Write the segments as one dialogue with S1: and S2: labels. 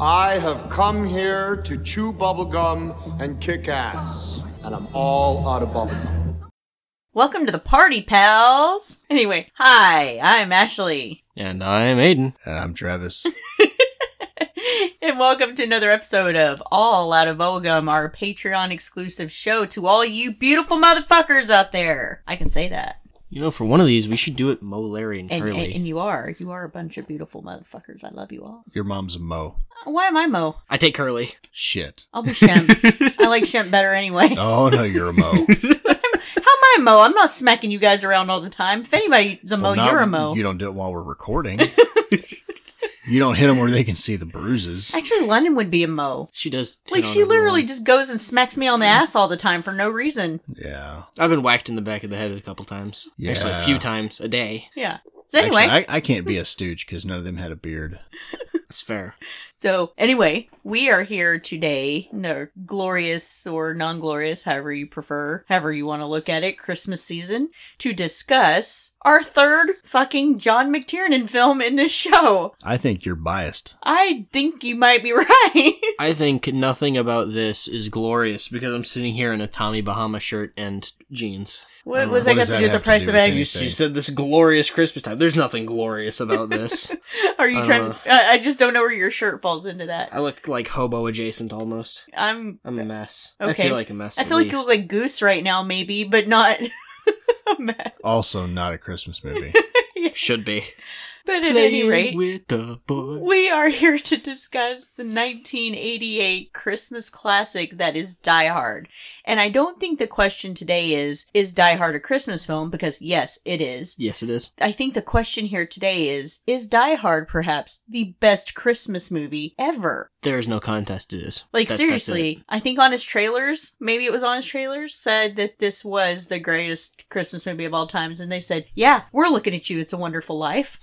S1: I have come here to chew bubblegum and kick ass. And I'm all out of bubblegum.
S2: Welcome to the party, pals! Anyway, hi, I'm Ashley,
S3: And I'm Aiden.
S4: And I'm Travis.
S2: and welcome to another episode of All Out of Bubblegum, our Patreon exclusive show to all you beautiful motherfuckers out there! I can say that.
S3: You know, for one of these, we should do it Mo, Larry, and,
S2: And, and,
S3: Curly.
S2: and you are. You are a bunch of beautiful motherfuckers. I love you all.
S4: Your mom's a Mo.
S2: Uh, Why am I Mo?
S3: I take Curly.
S4: Shit.
S2: I'll be Shem. I like Shem better anyway.
S4: Oh no, you're a Mo.
S2: How am I Mo? I'm not smacking you guys around all the time. If anybody's a Mo,
S4: Well, not-
S2: Oh, you're a Mo.
S4: You don't do it while we're recording. you don't hit them where they can see the bruises.
S2: Actually, London would be a Mo.
S3: She does. hit
S2: Like,
S3: on
S2: she
S3: everyone.
S2: literally just goes and smacks me on the ass all the time for no reason.
S4: Yeah.
S3: I've been whacked in the back of the head a couple times. Actually, a
S4: Yeah.
S3: few times a day.
S2: Yeah. So anyway,
S4: Actually, I, I can't be a stooge because none of them had a beard.
S3: It's fair.
S2: so anyway, we are here today, no glorious or non-glorious, however you prefer, however you want to look at it, Christmas season, to discuss our third fucking John McTiernan film in this show.
S4: I think you're biased.
S2: I think you might be right.
S3: I think nothing about this is glorious because I'm sitting here in a Tommy Bahama shirt and jeans.
S2: what
S3: Uh,
S2: was
S4: what
S2: that got
S4: does
S2: to
S4: that
S2: do with the
S4: have to
S2: price
S4: do
S2: of
S4: with
S3: You,
S2: eggs?
S4: anything?
S3: you said this glorious Christmas time. There's nothing glorious about this.
S2: Are you
S3: I
S2: trying?
S4: Uh,
S3: don't
S2: I, I just don't know where your shirt falls into that.
S3: I look like hobo adjacent almost.
S2: I'm.
S3: I'm a mess. I
S2: Okay.
S3: feel like a mess.
S2: I
S3: at
S2: feel like you
S3: least.
S2: look like goose right now, maybe, but not. a mess.
S4: Also, not a Christmas movie.
S3: should be.
S2: But at any rate,
S3: with the boys.
S2: We are here to discuss the 1988 Christmas classic that is Die Hard. And I don't think the question today is, is Die Hard a Christmas film? Because yes, it is.
S3: Yes, it is.
S2: I think the question here today is, is Die Hard perhaps the best Christmas movie ever?
S3: There is no contest. It is
S2: Like
S3: That- that's it.
S2: seriously, I think Honest Trailers, maybe it was Honest Trailers, said that this was the greatest Christmas movie of all times. And they said, yeah, we're looking at you. It's a wonderful life.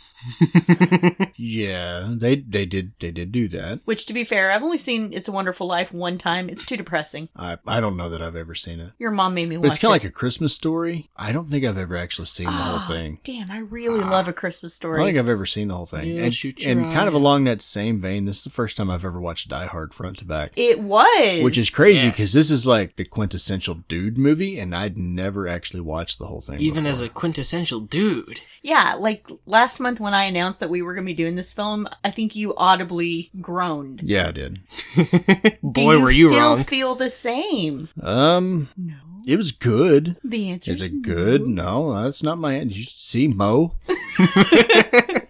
S4: yeah, they they did they did do that.
S2: Which to be fair, I've only seen It's a Wonderful Life one time. It's too depressing.
S4: I I don't know that I've ever seen it.
S2: Your mom made me watch
S4: But it's kind
S2: it.
S4: of like a Christmas story. I don't think I've ever actually seen the
S2: Ah,
S4: whole thing. Ah.
S2: Damn, I really love a Christmas
S4: I
S2: story.
S4: don't think I've ever seen the whole thing.
S3: You'll
S4: and
S3: shoot your
S4: and kind of
S3: eye.
S4: along that same vein, this is the first time I've ever watched Die Hard front to back.
S2: it was,
S4: Which is crazy because
S3: Yes.
S4: this is like the quintessential dude movie, and I'd never actually watched the whole thing.
S3: even
S4: before.
S3: as a quintessential dude.
S2: yeah. Like last month when I announced that we were going to be doing this film, I think you audibly groaned.
S4: yeah, I did.
S2: Do
S3: Boy, were you
S2: still
S3: wrong.
S2: feel the same?
S4: Um,
S2: No.
S4: it was good.
S2: The answer
S4: Is it good? No, that's not my. Did you see Mo?
S2: Get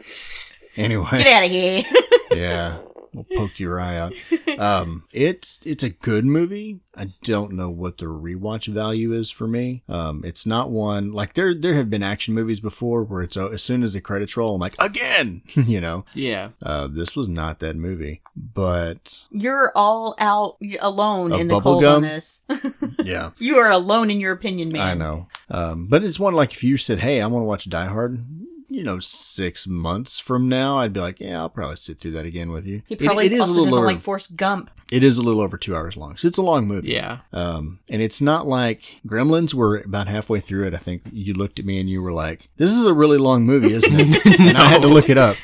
S4: anyway,
S2: out of here.
S4: yeah, we'll poke your eye out. Um, it's it's a good movie. I don't know what the rewatch value is for me. Um, it's not one like there there have been action movies before where it's uh, as soon as the credits roll, I'm like again, you know.
S3: Yeah,
S4: Uh, this was not that movie, but
S2: You're all out alone
S4: Of
S2: in the
S4: bubble
S2: cold on
S4: gum?
S2: this.
S4: yeah,
S2: you are alone in your opinion, man.
S4: I know. Um, but it's one like if you said, "Hey, I want to watch Die Hard," you know, six months from now, I'd be like, "Yeah, I'll probably sit through that again with you."
S2: He probably
S4: it, it is a
S2: also
S4: little
S2: doesn't
S4: over,
S2: like Forrest Gump.
S4: it is a little over two hours long, so it's a long movie.
S3: yeah.
S4: Um, and it's not like Gremlins were about halfway through it. I think you looked at me and you were like, "This is a really long movie, isn't it?" and I had to look it up.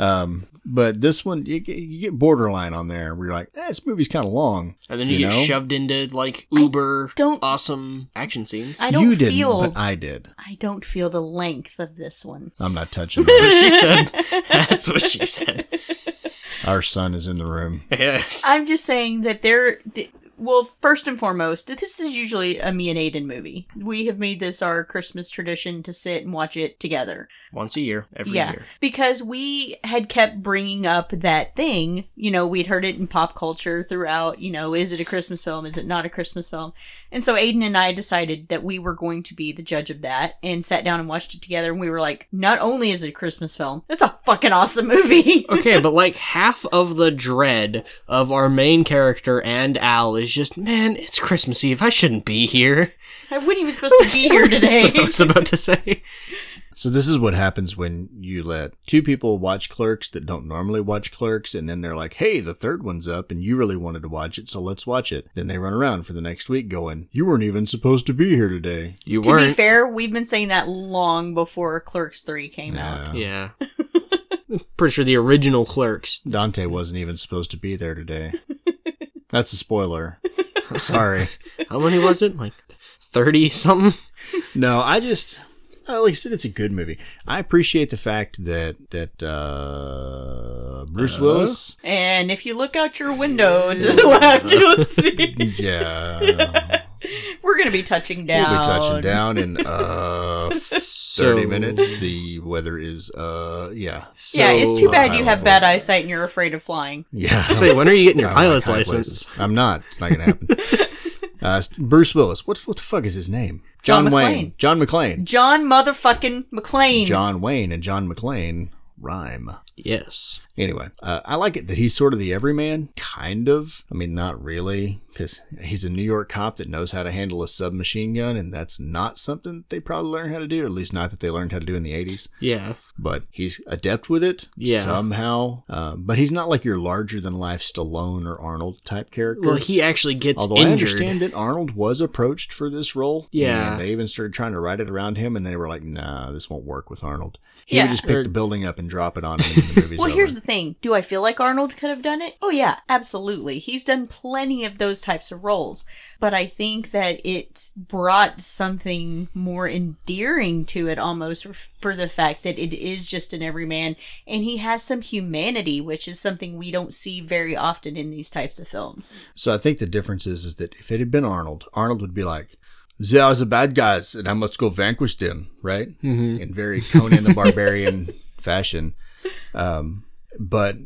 S4: Um, but this one, you, get- you get borderline on there. Where you're like, eh, "This movie's kind of long."
S3: And then you,
S4: You
S3: get
S4: know?
S3: shoved into like uber
S2: don't-
S3: awesome action scenes.
S2: I don't
S4: Uh, you didn't,
S2: feel.
S4: but I did.
S2: I don't feel the length of this one.
S4: I'm not touching that.
S3: she said. That's what she said.
S4: Our son is in the room.
S3: Yes.
S2: I'm just saying that there. Th- well, first and foremost, this is usually a me and Aiden movie. We have made this our Christmas tradition to sit and watch it together.
S3: Once a year, every
S2: yeah,
S3: year.
S2: because we had kept bringing up that thing. You know, we'd heard it in pop culture throughout. You know, is it a Christmas film? Is it not a Christmas film? And so Aiden and I decided that we were going to be the judge of that, and sat down and watched it together. And we were like, not only is it a Christmas film, it's a fucking awesome movie.
S3: Okay, but like half of the dread of our main character and Al is just, man, it's Christmas Eve. I shouldn't be here.
S2: I wasn't even supposed to be here
S3: That's what I
S2: today.
S3: was about to say.
S4: So this is what happens when you let two people watch Clerks that don't normally watch Clerks, and then they're like, "Hey, the third one's up, and you really wanted to watch it, so let's watch it." Then they run around for the next week, going, "You weren't even supposed to be here today."
S3: You
S2: To be
S3: weren't.
S2: fair, we've been saying that long before Clerks 3 came out.
S4: Yeah.
S3: Yeah. pretty sure the original Clerks.
S4: Dante wasn't even supposed to be there today. That's a spoiler. Sorry.
S3: How many was it? Like thirty something.
S4: No, I just uh, like I said, it's a good movie. I appreciate the fact that that uh, Bruce Willis.
S2: And if you look out your window to the left, you'll see
S4: Yeah,
S2: we're gonna be touching
S4: we'll
S2: down.
S4: be touching down in uh, thirty
S3: So-
S4: minutes. The weather is uh, yeah,
S3: So,
S2: Yeah, it's too bad you
S4: Highway
S2: have bad
S4: Force.
S2: eyesight and you're afraid of flying.
S4: yeah.
S3: Say, when are you getting your
S4: I don't like
S3: pilot's
S4: highways.
S3: license?
S4: I'm not. It's not gonna happen. uh, Bruce Willis. What what the fuck is his name?
S2: John
S4: Wayne.
S2: McClane.
S4: John McClane.
S2: John motherfucking McLean.
S4: John Wayne and John McClane rhyme.
S3: Yes.
S4: Anyway, uh, I like it that he's sort of the everyman, kind of. I mean, not really, because he's a New York cop that knows how to handle a submachine gun, and that's not something that they probably learned how to do, or at least not that they learned how to do in the 80s.
S3: Yeah.
S4: But he's adept with it
S3: Yeah.
S4: somehow. Uh, but he's not like your larger than life Stallone or Arnold type character.
S3: Well, he actually gets
S4: Although I
S3: injured.
S4: understand that Arnold was approached for this role.
S3: Yeah.
S4: And they even started trying to write it around him, and they were like, nah, this won't work with Arnold. He
S2: Yeah.
S4: would just pick
S3: Or-
S4: the building up and drop it on him. And the movie's
S2: Well,
S4: over.
S2: here's the thing. Do I feel like Arnold could have done it? Oh, yeah, absolutely. He's done plenty of those types of roles. But I think that it brought something more endearing to it almost f- for the fact that it is just an everyman and he has some humanity, which is something we don't see very often in these types of films.
S4: So I think the difference is, is that if it had been Arnold, Arnold would be like, "They are the bad guys, and I must go vanquish them," right? Mm-hmm. In very Conan the Barbarian fashion. Um, but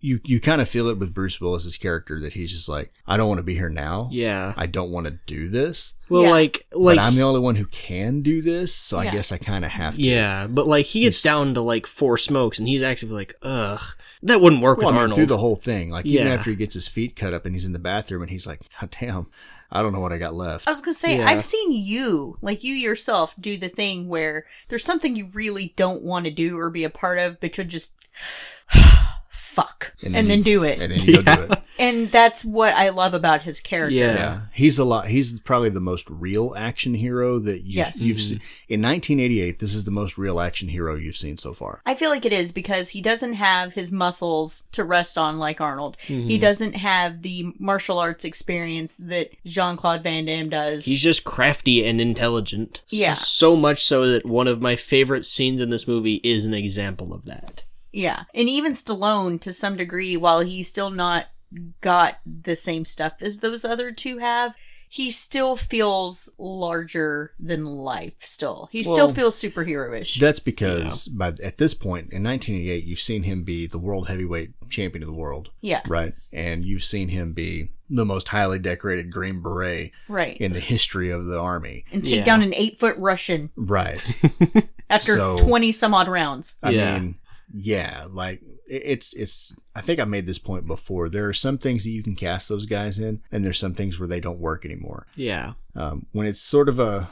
S4: you you kind of feel it with Bruce Willis's character that he's just like, "I don't want to be here now.
S3: Yeah.
S4: I don't want to do this."
S3: Well,
S2: Yeah.
S3: like, like,
S4: but I'm the only one who can do this, so I
S2: Yeah.
S4: guess I kind of have to.
S3: yeah, but like he gets down to like four smokes, and he's actually like, ugh, that wouldn't work
S4: Well, I
S3: with
S4: mean,
S3: Arnold.
S4: through the whole thing, like even
S3: Yeah.
S4: after he gets his feet cut up and he's in the bathroom and he's like, "God damn, I don't know what I got left."
S2: I was going to say,
S3: Yeah.
S2: I've seen you, like you yourself, do the thing where there's something you really don't want to do or be a part of, but you'll just. Fuck. And, then,
S4: you-
S2: do it.
S4: And then you go do it.
S2: And that's what I love about his character.
S3: yeah.
S4: Yeah, he's a lot. He's probably the most real action hero that you've,
S2: Yes.
S4: you've seen. In 1988, this is the most real action hero you've seen so far.
S2: I feel like it is because he doesn't have his muscles to rest on like Arnold.
S3: Mm-hmm.
S2: He doesn't have the martial arts experience that Jean Claude Van Damme does.
S3: He's just crafty and intelligent. S-
S2: Yeah.
S3: So much so that one of my favorite scenes in this movie is an example of that.
S2: yeah. And even Stallone, to some degree, while he's still not got the same stuff as those other two have, he still feels larger than life still. He still
S3: Well,
S2: feels superheroish.
S4: That's because by at this point in 1988, you've seen him be the world heavyweight champion of the world,
S2: yeah.
S4: right? And you've seen him be the most highly decorated Green Beret
S2: Right.
S4: in the history of the army,
S2: and take
S3: Yeah.
S2: down an eight foot Russian
S4: right?
S2: after
S4: So-
S2: 20 some odd rounds.
S4: I
S3: Yeah.
S4: mean, yeah, like it- it's it's. I think I made this point before. There are some things that you can cast those guys in, and there's some things where they don't work anymore.
S3: Yeah.
S4: um, when it's sort of a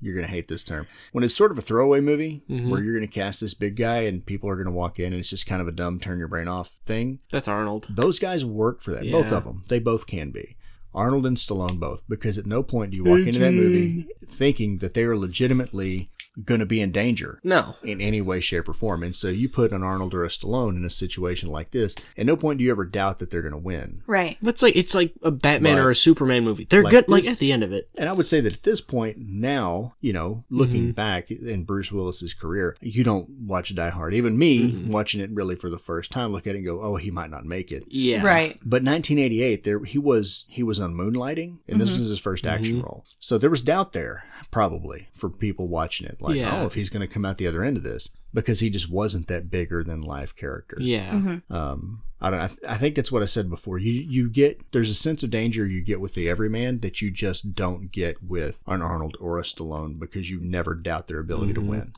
S4: you're gonna hate this term when it's sort of a throwaway movie where you're gonna cast this big guy and people are gonna walk in and it's just kind of a dumb turn your brain off thing
S3: That's Arnold.
S4: those guys work for that both
S3: Yeah.
S4: of them they both can be arnold and stallone both because at no point do you walk into that movie thinking that they are legitimately gonna be in danger
S3: No.
S4: in any way, shape, or form. And so you put an Arnold or a Stallone in a situation like this, at no point do you ever doubt that they're going to win.
S2: Right.
S3: But it's like it's like a Batman
S4: But-
S3: or a Superman movie. They're
S4: like
S3: good. Like
S4: this-
S3: at the end of it.
S4: And I would say that at this point now, you know, looking back in Bruce Willis's career, you don't watch Die Hard. Even me watching it really for the first time, look at it and go, "Oh, he might not make it."
S3: Yeah.
S2: Right.
S4: But 1988, there he was. He was on Moonlighting, and this was his first action role. So there was doubt there, probably, for people watching it, like,
S3: Yeah.
S4: "Oh, if he's going to come out the other end of this," because he just wasn't that bigger than life character.
S3: Yeah.
S4: Um, I don't. I, th- I think that's what I said before. You you get there's a sense of danger you get with the everyman that you just don't get with an Arnold or a Stallone because you never doubt their ability to win.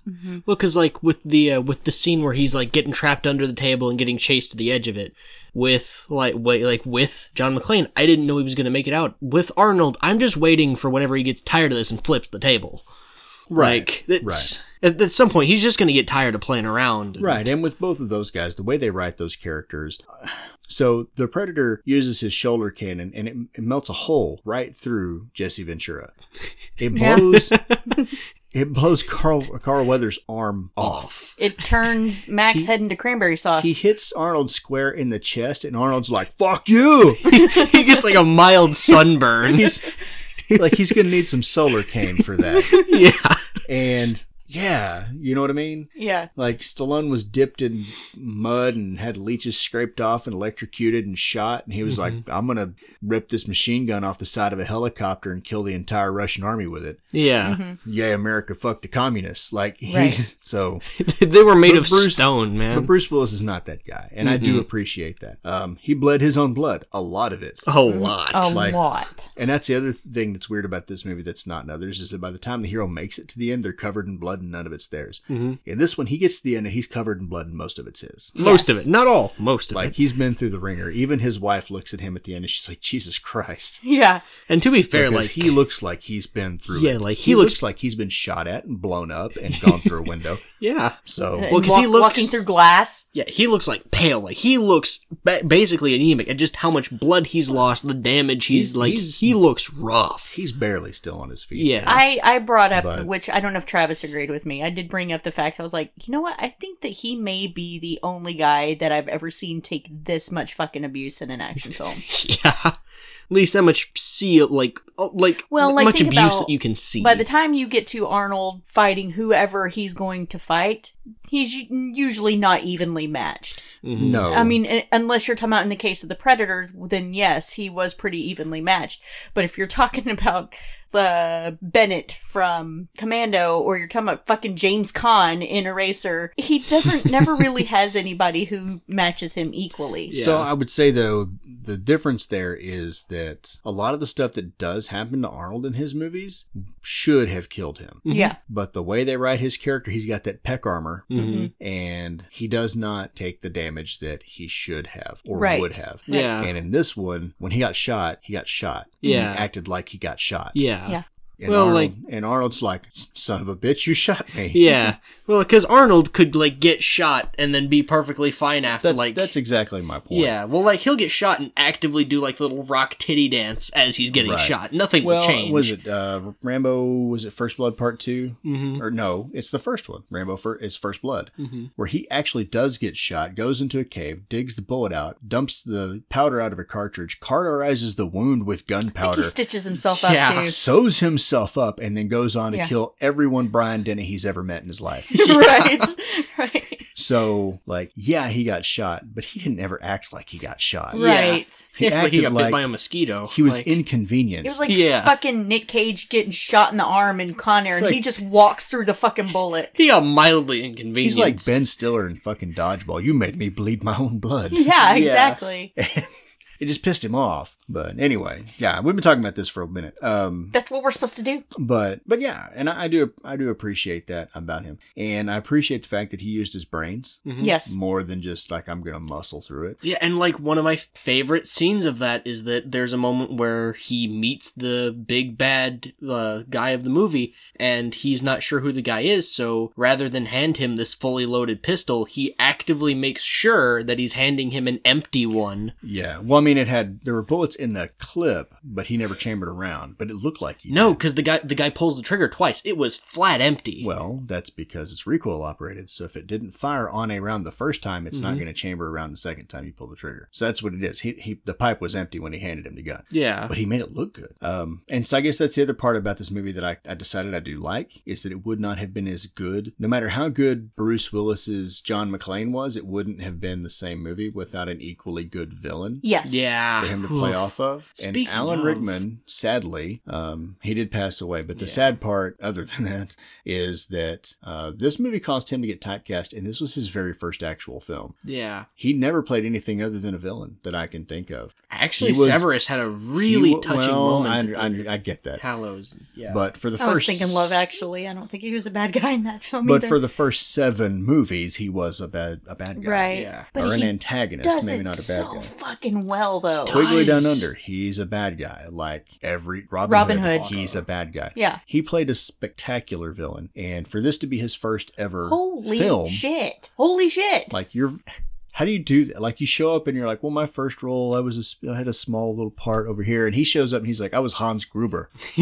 S3: Well, because like with the uh, with the scene where he's like getting trapped under the table and getting chased to the edge of it, with like wait like with John McClane, I didn't know he was gonna make it out. With Arnold, I'm just waiting for whenever he gets tired of this and flips the table. Like it's, At, at some point, he's just gonna get tired of playing around.
S4: Right, and with both of those guys, the way they write those characters. So the Predator uses his shoulder cannon and it, it melts a hole right through Jesse Ventura. It blows. it blows Carl Carl Weathers' arm off.
S2: It turns Max
S4: He-
S2: head into cranberry sauce.
S4: He hits Arnold square in the chest, and Arnold's like, "Fuck you!"
S3: he gets like a mild sunburn.
S4: He's like, he's gonna need some solar cane for that.
S3: yeah.
S4: And yeah, you know what I mean.
S2: yeah.
S4: Like Stallone was dipped in mud and had leeches scraped off and electrocuted and shot, and he was like, "I'm gonna rip this machine gun off the side of a helicopter and kill the entire Russian army with it."
S3: Yeah.
S4: Yay, America! Fuck the communists! Like he,
S2: Right.
S4: so.
S3: they were made
S4: Mm-hmm. But
S3: of
S4: Bruce-
S3: stone,
S4: But
S3: man.
S4: Bruce Willis is not that guy, and I do appreciate that. Um, he bled his own blood, a lot of it.
S3: a lot.
S2: A
S4: like-
S2: lot.
S4: And that's the other thing that's weird about this movie that's not in others is that by the time the hero makes it to the end, they're covered in blood and none of it's theirs.
S3: Mhm.
S4: In this one, he gets to the end and he's covered in blood and most of it's his.
S3: Most of
S2: Yes.
S3: it, not all. Most of
S4: Like
S3: it.
S4: he's been through the ringer. Even his wife looks at him at the end and she's like, "Jesus Christ."
S2: Yeah.
S3: And to be fair,
S4: because
S3: like
S4: he looks like he's been through.
S3: Yeah,
S4: it.
S3: like,
S4: he,
S3: he
S4: looks,
S3: looks-
S4: like he's been shot at and blown up and gone through a window.
S3: yeah,
S4: So
S3: Well,
S2: And
S3: 'cause he looks-
S2: walking through glass.
S3: yeah, he looks like pale. Like he looks ba- basically anemic, and just how much blood he's lost, the damage he's,
S4: He's-
S3: like.
S4: he's-
S3: he looks rough.
S4: he's barely still on his feet.
S3: Yeah,
S2: I, I brought up,
S4: But-
S2: which I don't know if Travis agreed with me. I did bring up the fact I was like, you know what? I think that he may be the only guy that I've ever seen take this much fucking abuse in an action film.
S3: yeah. At least that much see like oh, like
S2: Well,
S3: th-
S2: like,
S3: much
S2: think
S3: abuse
S2: about-
S3: that you can see.
S2: By the time you get to Arnold fighting whoever he's going to fight, he's u- usually not evenly matched.
S3: Mhm.
S4: No.
S2: I mean, u- unless you're talking about in the case of the Predator, then yes, he was pretty evenly matched. But if you're talking about the Bennett from Commando, or you're talking about fucking James Caan in Eraser, he never never really has anybody who matches him equally.
S3: Yeah.
S4: So I would say though the difference there is that a lot of the stuff that does happen to Arnold in his movies should have killed him.
S2: Yeah.
S3: Mm-hmm.
S4: But the way they write his character, he's got that peck armor
S3: Mhm.
S2: Mm-hmm.
S4: and he does not take the damage that he should have or
S2: Right.
S4: would have.
S3: Yeah.
S4: And in this one, when he got shot, he got shot.
S3: Yeah.
S4: He acted like he got shot.
S3: yeah.
S2: Yeah.
S4: And
S3: Well,
S4: Arnold,
S3: like-
S4: and Arnold's like, son of a bitch, you shot me.
S3: Yeah. Well, because Arnold could like get shot and then be perfectly fine after.
S4: That's,
S3: like
S4: that's exactly my point.
S3: yeah. Well, like he'll get shot and actively do like the little rock titty dance as he's getting
S4: Right.
S3: shot. Nothing
S4: Well,
S3: will change.
S4: was it uh, Rambo? Was it First Blood Part 2
S3: Mhm.
S4: Or no, it's the first one. Rambo fir- is First Blood,
S3: Mm-hmm.
S4: where he actually does get shot, goes into a cave, digs the bullet out, dumps the powder out of a cartridge, cauterizes the wound with
S2: I think
S4: gunpowder,
S2: he stitches himself
S3: Yeah.
S2: up
S4: sews himself up, and then goes on to
S2: Yeah.
S4: kill everyone Brian Denny he's ever met in his life.
S2: too. right. Right.
S4: so, like, yeah, he got shot, but he didn't ever act like he got shot.
S2: Right.
S4: He
S3: Yeah, like he
S4: acted
S3: got
S4: like
S3: bit by a mosquito.
S4: He was
S3: Like,
S4: inconvenienced.
S2: It was like
S3: Yeah.
S2: fucking Nick Cage getting shot in the arm in Con Air, and
S4: like-
S2: he just walks through the fucking bullet.
S3: He got mildly inconvenienced.
S4: He's like Ben Stiller in fucking Dodgeball. You made me bleed my own blood.
S2: Yeah, exactly.
S4: It just pissed him off. But anyway, yeah, we've been talking about this for a minute. Um,
S2: That's what we're supposed to do.
S4: but but yeah, and I, I do I do appreciate that about him, and I appreciate the fact that he used his brains
S3: Mm-hmm.
S2: Yes.
S4: more than just like I'm gonna muscle through it.
S3: Yeah, and like one of my favorite scenes of that is that there's a moment where he meets the big bad uh, guy of the movie, and he's not sure who the guy is. So rather than hand him this fully loaded pistol, he actively makes sure that he's handing him an empty one.
S4: Yeah. Well, I mean, it had there were bullets in the clip, but he never chambered around. But it looked like he
S3: No, because the guy the guy pulls the trigger twice. It was flat empty.
S4: did. Well, that's because it's recoil operated. So if it didn't fire on a round the first time, it's not going to chamber around the second time you pull the trigger. So that's what it is. He, he the pipe was empty when he handed him the gun.
S3: yeah,
S4: but he made it look good. Um, and so I guess that's the other part about this movie that I, I decided I do like is that it would not have been as good, no matter how good Bruce Willis's John McClane was, it wouldn't have been the same movie without an equally good villain.
S2: Yes.
S3: yeah.
S4: For him to play off of, and
S3: Speaking
S4: Alan
S3: of-
S4: Rickman, sadly, um, he did pass away. But the sad part, other than that, is that uh, this movie caused him to get typecast, and this was his very first actual film.
S3: Yeah,
S4: He never played anything other than a villain that I can think of.
S3: actually,
S4: He was-
S3: Severus had a really
S4: He-
S3: touching
S4: well,
S3: moment.
S4: I,
S3: in
S4: I, I get that.
S3: Hallows. Yeah,
S4: But for the
S2: I
S4: first,
S2: was thinking Love Actually. I don't think he was a bad guy in that film
S4: But
S2: either.
S4: for the first seven movies, he was a bad a bad guy,
S2: right.
S3: Yeah.
S2: But
S4: or an
S2: he
S4: antagonist,
S2: does
S4: maybe
S2: it
S4: not a bad
S2: so
S4: guy.
S2: fucking well though.
S4: Wiggly Down
S3: Nice.
S4: Under, he's a bad guy. Like every Robin,
S2: Robin
S4: Hood,
S2: Hood.
S4: he's a bad guy.
S2: Yeah.
S4: he played a spectacular villain, and for this to be his first ever
S2: Holy
S4: film,
S2: shit! Holy shit!
S4: like you're how do you do that? Like you show up and you're like, well, my first role, I was a, sp- I had a small little part over here, and he shows up and he's like, I was Hans Gruber.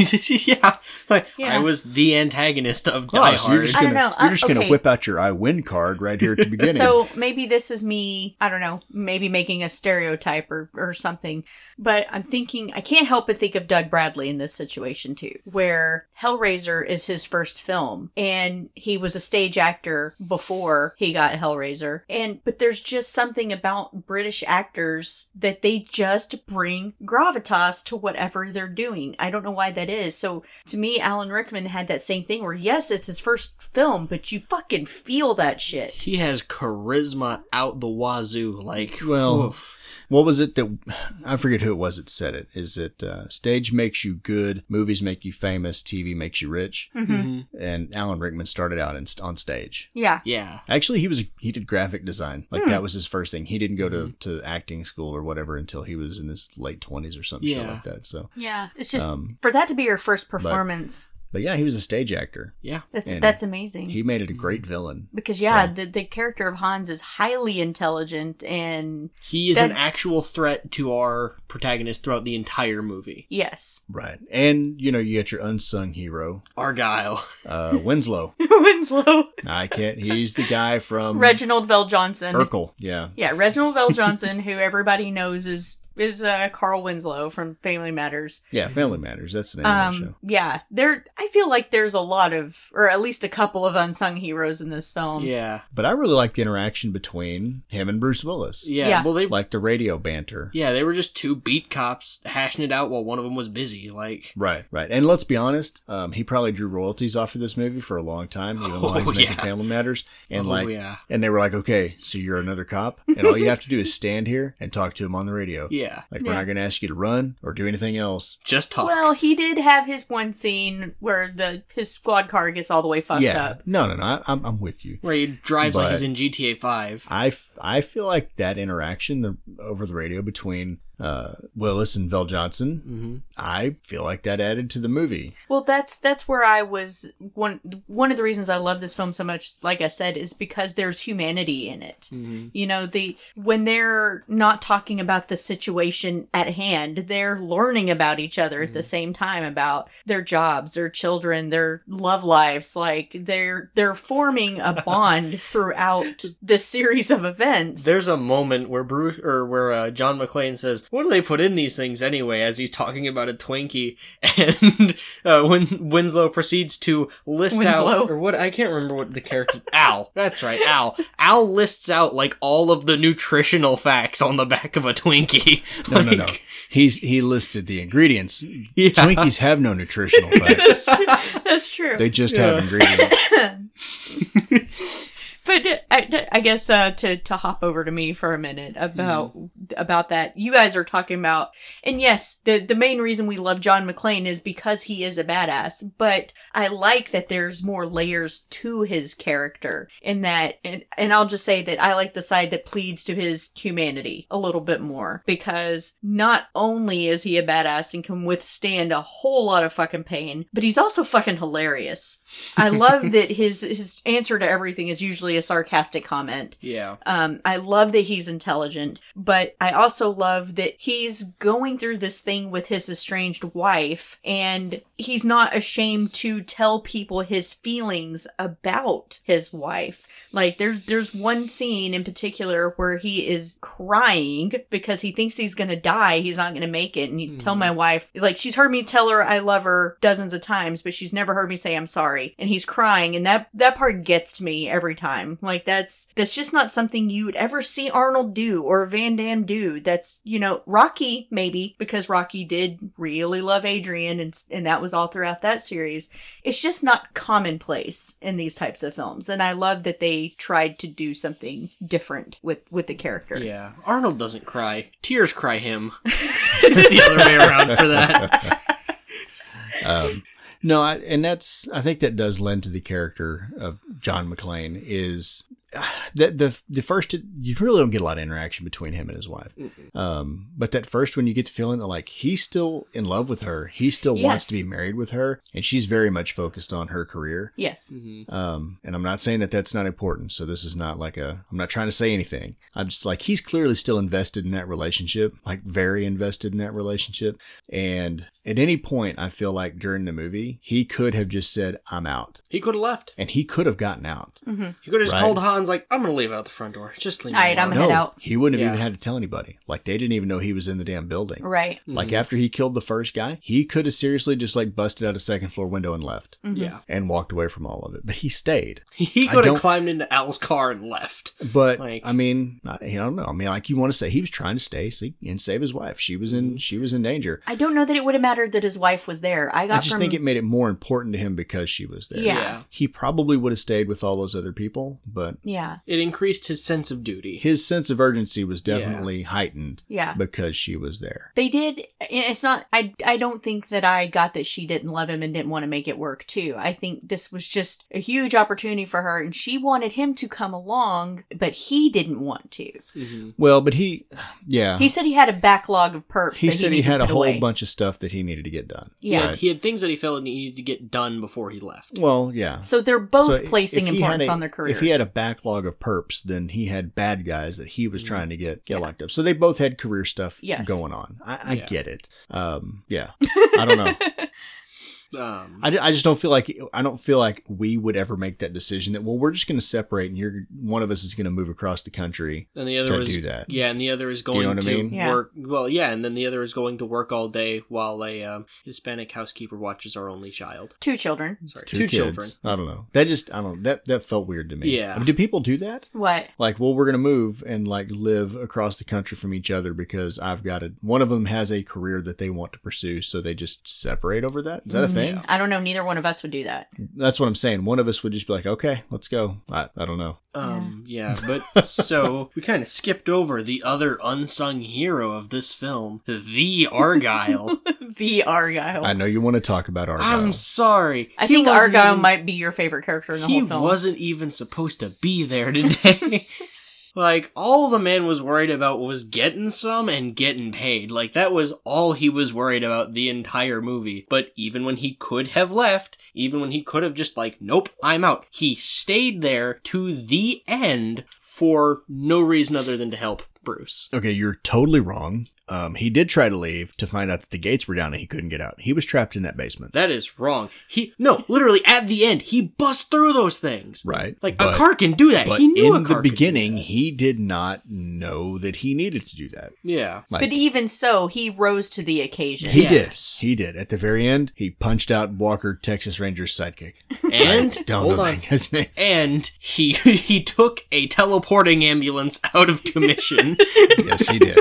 S3: yeah, like
S2: Yeah.
S3: I was the antagonist of Die
S4: Klaus,
S3: Hard.
S4: you're just
S2: I
S4: gonna,
S2: don't know.
S4: you're
S2: I-
S4: just gonna
S2: okay.
S4: whip out your I win card right here at the beginning.
S2: So maybe this is me, I don't know, maybe making a stereotype or, or something. But I'm thinking, I can't help but think of Doug Bradley in this situation too, where Hellraiser is his first film and he was a stage actor before he got Hellraiser. And, but there's just something about British actors that they just bring gravitas to whatever they're doing. I don't know why that is. So to me, Alan Rickman had that same thing where yes, it's his first film, but you fucking feel that shit.
S3: he has charisma out the wazoo. Like,
S4: Well,
S3: oof.
S4: what was it that I forget who it was that said it? Is it uh, stage makes you good, movies make you famous, TV makes you rich?
S2: Hmm. Mm-hmm.
S3: Mhm.
S4: And Alan Rickman started out in, on stage.
S2: Yeah.
S3: yeah.
S4: Actually, he was he did graphic design. Like that was his first thing. He didn't go to, to acting school or whatever until he was in his late twenties or something shit
S3: Yeah.
S4: like that. So,
S2: Yeah. It's just
S4: Um,
S2: for that to be your first performance.
S4: but yeah, he was a stage actor.
S3: Yeah.
S2: that's
S4: and
S2: that's amazing.
S4: He made it a great villain
S2: because yeah,
S4: so-
S2: the, the character of Hans is highly intelligent and
S3: He is an
S2: That's-
S3: actual threat to our protagonist throughout the entire movie.
S2: yes.
S4: right? And you know, you got your unsung hero,
S3: Argyle.
S4: uh, Winslow.
S2: Winslow.
S4: I can't. He's the guy from
S2: Reginald Vell Johnson.
S4: Um, Urkel. Yeah,
S2: Yeah, Reginald Vell Johnson, who everybody knows is is uh, Carl Winslow from Family Matters.
S4: yeah. Family Matters. That's the name of the show.
S2: Um, yeah, there. I feel like there's a lot of, or at least a couple of unsung heroes in this film.
S3: yeah.
S4: But I really like the interaction between him and Bruce Willis.
S3: yeah.
S2: Yeah.
S3: Well, they
S4: Like the radio banter.
S3: yeah they were just two beat cops hashing it out while one of them was busy. Like,
S4: Right, right. And let's be honest, um, he probably drew royalties off of this movie for a long time, even while he was
S3: Oh,
S4: making
S3: yeah.
S4: Family Matters. And
S3: Oh,
S4: like,
S3: yeah.
S4: and they were like, okay, so you're another cop, and all you have to do is stand here and talk to him on the radio.
S3: yeah,
S4: Like, we're not going to ask you to run or do anything else.
S3: just talk.
S2: Well, he did have his one scene where the his squad car gets all the way fucked
S4: yeah,
S2: up.
S4: no, no, no. I, I'm, I'm with you.
S3: where he drives like
S4: But-
S3: he's in GTA Five.
S4: I, f- I feel like that interaction the, over the radio between uh, Willis and Vel Johnson,
S3: Mm-hmm.
S4: I feel like that added to the movie.
S2: Well, that's that's where I was one one of the reasons I love this film so much. Like I said, is because there's humanity in it. You know, the when they're not talking about the situation at hand, they're learning about each other at the same time about their jobs, their children, their love lives. Like they're they're forming a bond throughout this series of events.
S3: There's a moment where Bruce or where uh, John McClane says, "What do they put in these things anyway?" As he's talking about a Twinkie, and uh, when Winslow proceeds to list
S2: Winslow.
S3: out or what I can't remember what the character Al. That's right, Al. Al lists out like all of the nutritional facts on the back of a Twinkie.
S4: No, no, no.
S3: Like,
S4: He's he listed the ingredients.
S3: Yeah.
S4: Twinkies have no nutritional facts.
S2: that's true.
S4: They just have ingredients.
S2: but uh, I, I guess uh, to to hop over to me for a minute about about that. You guys are talking about, and yes, the the main reason we love John McClane is because he is a badass. But I like that there's more layers to his character in that, and and I'll just say that I like the side that pleads to his humanity a little bit more because not only is he a badass and can withstand a whole lot of fucking pain, but he's also fucking hilarious. I love that his his answer to everything is usually a sarcastic comment.
S3: yeah.
S2: Um, I love that he's intelligent, but I also love that he's going through this thing with his estranged wife, and he's not ashamed to tell people his feelings about his wife. Like there's there's one scene in particular where he is crying because he thinks he's gonna die, he's not gonna make it, and you tell my wife like she's heard me tell her I love her dozens of times, but she's never heard me say I'm sorry. And he's crying, and that that part gets to me every time. Like that's that's just not something you'd ever see Arnold do or Van Damme do. That's you know Rocky maybe because Rocky did really love Adrian, and s- and that was all throughout that series it's just not commonplace in these types of films and i love that they tried to do something different with with the character
S3: Yeah. Arnold doesn't cry. Tears cry him. it's the other way around for that.
S4: Um, no, I, and that's I think that does lend to the character of John McClane is the the the first you really don't get a lot of interaction between him and his wife. Um, but that first one you get the feeling that like he's still in love with her. He still wants
S2: Yes.
S4: to be married with her, and she's very much focused on her career.
S2: Yes.
S4: Um, and I'm not saying that that's not important. So this is not like a. I'm not trying to say anything. I'm just like he's clearly still invested in that relationship, like very invested in that relationship. And at any point, I feel like during the movie, he could have just said, "I'm out,"
S3: He could have left.
S4: and he could have gotten out.
S3: He could have just
S4: Right.
S3: called Hans like, "I'm gonna leave out the front door. Just leave." me
S2: All right,
S3: alone."
S2: I'm- head out.
S4: he wouldn't have
S3: Yeah.
S4: even had to tell anybody. Like they didn't even know he was in the damn building.
S2: Right.
S4: Like after he killed the first guy, he could have seriously just like busted out a second floor window and left
S2: Mm.
S3: Yeah,
S4: and walked away from all of it. But he stayed.
S3: he
S4: I
S3: could have
S4: don't-
S3: climbed into Al's car and left.
S4: But
S3: Like-
S4: I mean, not, I don't know. I mean, like you want to say he was trying to stay so he- and save his wife. She was
S2: Mm-hmm.
S4: in she was in danger.
S2: I don't know that it would have mattered that his wife was there. I got
S4: I just
S2: from
S4: think it made it more important to him because she was there.
S2: Yeah.
S4: He probably would have stayed with all those other people, but
S2: yeah,
S3: it increased his sense of duty.
S4: his sense of urgency was definitely heightened
S2: yeah.
S4: because she was there.
S2: they did and it's not I I don't think that I got that she didn't love him and didn't want to make it work too. I think this was just a huge opportunity for her and she wanted him to come along, but he didn't want to.
S4: Well, but he yeah.
S2: Mm-hmm. He said he had a backlog of perps.
S4: Uh-huh. he
S2: that
S4: said he,
S2: needed to
S4: had a
S2: put
S4: whole
S2: away.
S4: bunch of stuff that he needed to get done.
S2: Yeah.
S3: Like, he had things that he felt he needed to get done before he left.
S4: Well, yeah.
S2: So they're both
S4: So
S2: placing
S4: if he had
S2: importance
S4: a-
S2: on their careers. Mm.
S4: If he had a backlog of perps, then he had bad guys that he was trying to get get locked up. So they both had career stuff
S2: Yes.
S4: going on. I, I
S3: Yeah.
S4: get it. Um, yeah, I don't know.
S3: Um,
S4: I, ju- I just don't feel like I don't feel like we would ever make that decision that well we're just going to separate and you're one of us is going to move across the country.
S3: and the other
S4: to
S3: is
S4: do that.
S3: yeah, and the other is
S4: you
S3: going
S4: know what I
S3: to
S4: mean?
S2: Yeah.
S3: work. Well, yeah, and then the other is going to work all day while a um, Hispanic housekeeper watches our only child.
S2: two children.
S3: Sorry,
S4: Two,
S3: two,
S4: kids.
S3: children.
S4: I don't know. That just I don't that that felt weird to me.
S3: Yeah.
S4: I mean, do people do that?
S2: What?
S4: like well we're going to move and like live across the country from each other because i've got a one of them has a career that they want to pursue so they just separate over that is that a
S3: Mm-hmm.
S4: thing
S2: Mm, I don't know. Neither one of us would do that.
S4: that's what i'm saying one of us would just be like okay let's go i, I don't know
S3: Um, yeah, but so we kind of skipped over the other unsung hero of this film, the Argyle.
S2: the Argyle.
S4: i know you want to talk about our
S3: I'm sorry.
S2: I
S3: He
S2: think
S3: wasn't
S2: Argyle
S3: even-
S2: might be your favorite character in the
S3: He
S2: whole film.
S3: wasn't even supposed to be there today. like all the man was worried about was getting some and getting paid. Like that was all he was worried about the entire movie. But even when he could have left, even when he could have just like nope, I'm out. He stayed there to the end for no reason other than to help Bruce.
S4: okay you're totally wrong um, he did try to leave to find out that the gates were down and he couldn't get out he was trapped in that basement
S3: That is wrong. He no, literally at the end, he busts through those things.
S4: right
S3: Like
S4: but,
S3: a car can do that.
S4: but
S3: He knew
S4: in
S3: a car
S4: the
S3: could do
S4: beginning
S3: that.
S4: he did not know that he needed to do that
S3: Yeah.
S4: like,
S2: but even so, he rose to the occasion.
S4: He
S3: Yes.
S4: did. He did. At the very end, he punched out Walker, Texas Rangers sidekick.
S3: And
S4: Don't
S3: hold
S4: know
S3: on.
S4: his name.
S3: And he he took a teleporting ambulance out of commission.
S4: Yes, he did.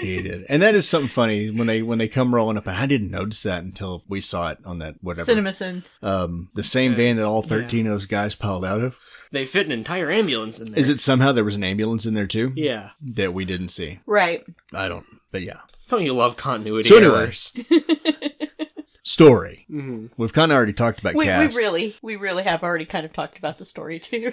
S4: he did. And that is something funny when they when they come rolling up. And I didn't notice that until we saw it on that whatever
S2: CinemaSins.
S4: Um, the same van that all thirteen of those guys piled out of.
S3: they fit an entire ambulance in there.
S4: Is it somehow there was an ambulance in there too?
S3: Yeah.
S4: That we didn't see.
S2: Right.
S4: I don't. But yeah.
S3: Don't you love continuity
S4: So anyway.
S3: errors?
S4: Story.
S3: Mhm.
S4: We've kind of already talked about
S2: We, we
S4: cast.
S2: really, we really have already kind of talked about the story too.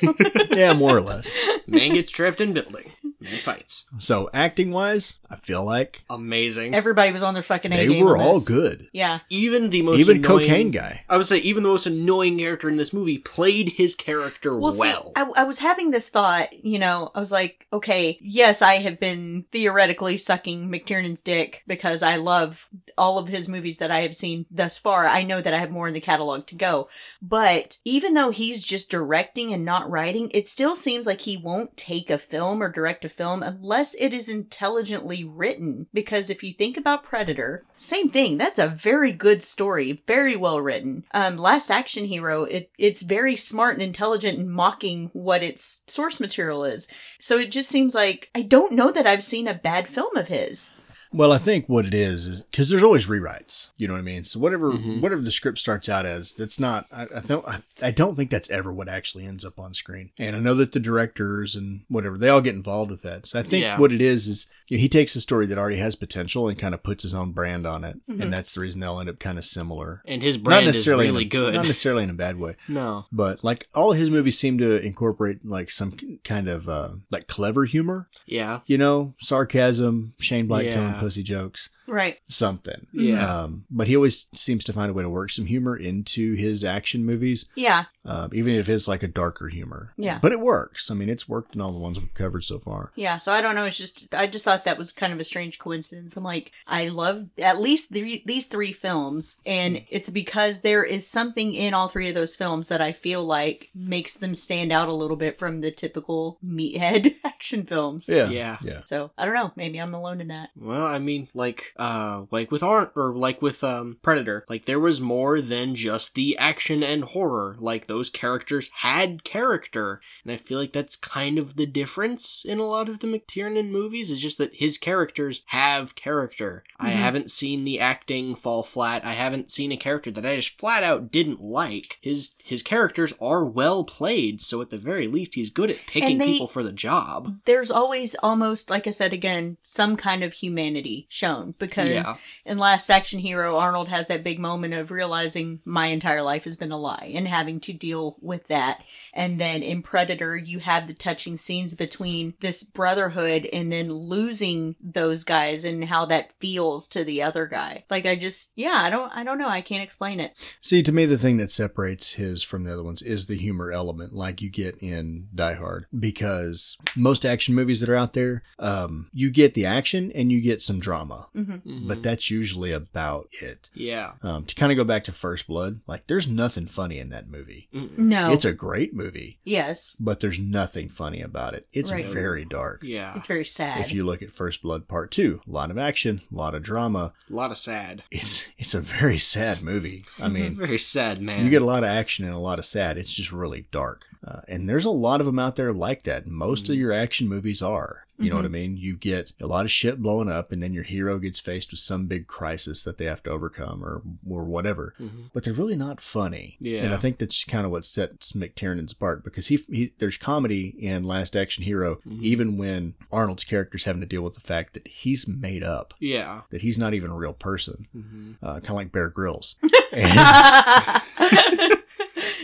S4: yeah, more or less.
S3: Man gets trapped in building. Man fights.
S4: So acting wise, I feel like
S3: Amazing.
S2: Everybody was on their fucking A
S4: they
S2: game
S4: were
S2: on
S4: all
S2: this.
S4: good.
S2: Yeah.
S3: even the most
S4: Even
S3: annoying-
S4: cocaine guy.
S3: I would say even the most annoying character in this movie played his character well.
S2: Well, see, I, I was having this thought, you know, I was like, okay, yes, I have been theoretically sucking McTiernan's dick because I love all of his movies that I have seen thus far. I know that I have more in the catalog to go. But even though he's just directing and not writing, it still seems like he won't take a film or direct a film unless it is intelligently written. Because if you think about Predator, same thing. That's a very good story, very well written. Um, Last Action Hero, it, it's very smart and intelligent and mocking what its source material is. So it just seems like I don't know that I've seen a bad film of his.
S4: Well, I think what it is is because there's always rewrites. You know what I mean. So whatever
S3: Mm-hmm.
S4: whatever the script starts out as, that's not. I, I don't. I, I don't think that's ever what actually ends up on screen. And I know that the directors and whatever they all get involved with that. So I think
S3: Yeah.
S4: what it is is you know, he takes a story that already has potential and kind of puts his own brand on it, and that's the reason they'll end up kind of similar.
S3: and his brand is
S4: in
S3: really
S4: a-
S3: good.
S4: Not necessarily in a bad way.
S3: no.
S4: But like all his movies seem to incorporate like some k- kind of uh, like clever humor,
S3: Yeah.
S4: you know, sarcasm, Shane Black tone,
S3: Yeah.
S4: pussy jokes,
S2: Right.
S4: something.
S3: Yeah.
S4: Um, but he always seems to find a way to work some humor into his action movies,
S2: Yeah.
S4: uh, even if it's like a darker humor.
S2: Yeah.
S4: But it works. I mean, it's worked in all the ones we've covered so far.
S2: Yeah, so I don't know. It's just I just thought that was kind of a strange coincidence. I'm like, I love at least the, these three films, and it's because there is something in all three of those films that I feel like makes them stand out a little bit from the typical meathead action films.
S4: Yeah.
S3: Yeah.
S4: Yeah.
S2: So I don't know. Maybe I'm alone in that.
S3: Well, I mean, like, uh, like with Arn or like with um Predator, like there was more than just the action and horror. Like those characters had character, and I feel like that's kind of the difference in a lot of the McTiernan movies. Is just that his characters have character. I
S2: Mhm.
S3: haven't seen the acting fall flat. I haven't seen a character that I just flat out didn't like. His his characters are well played, so at the very least, he's good at picking
S2: they-
S3: people for the job.
S2: There's always almost, like I said again, some kind of humanity shown because
S3: Yeah.
S2: in Last Action Hero, Arnold has that big moment of realizing my entire life has been a lie and having to deal with that. And then in Predator, you have the touching scenes between this brotherhood and then losing those guys and how that feels to the other guy. Like I just, yeah, I don't, I don't know. I can't explain it.
S4: See, to me, the thing that separates his from the other ones is the humor element, like you get in Die Hard, because most action movies that are out there, um, you get the action and you get some drama,
S2: hmm
S3: Mm-hmm.
S4: but that's usually about it.
S3: Yeah.
S4: Um, to kind of go back to First Blood, like there's nothing funny in that movie.
S3: Mm-mm.
S2: No.
S4: It's a great movie,
S2: yes.
S4: but there's nothing funny about it. It's
S2: Right.
S4: very dark.
S3: Yeah.
S2: It's very sad.
S4: If you look at First Blood Part Two, a lot of action, a lot of drama.
S3: A lot of sad.
S4: It's it's a very sad movie. I mean,
S3: Very sad, man.
S4: You get a lot of action and a lot of sad. It's just really dark. Uh, and there's a lot of them out there like that. Most of your action movies are. You know what I mean? You get a lot of shit blowing up, and then your hero gets faced with some big crisis that they have to overcome or, or whatever.
S3: Mm-hmm.
S4: But they're really not funny.
S3: Yeah.
S4: And I think that's kind of what sets McTiernan's apart because he, he there's comedy in Last Action Hero,
S2: Mm-hmm.
S4: even when Arnold's character's having to deal with the fact that he's made up,
S3: yeah.
S4: that he's not even a real person,
S3: Mhm.
S4: uh, kind of like Bear Grylls.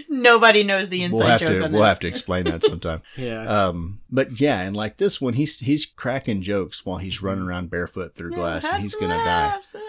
S2: Nobody knows the inside
S4: we'll have
S2: joke
S4: to
S2: on
S4: we'll
S2: that.
S4: have to explain that sometime.
S3: Yeah.
S4: um, but yeah, and like this one, he's he's cracking jokes while he's running
S2: Mm-hmm.
S4: around barefoot through glass, and he's gonna die.
S2: die.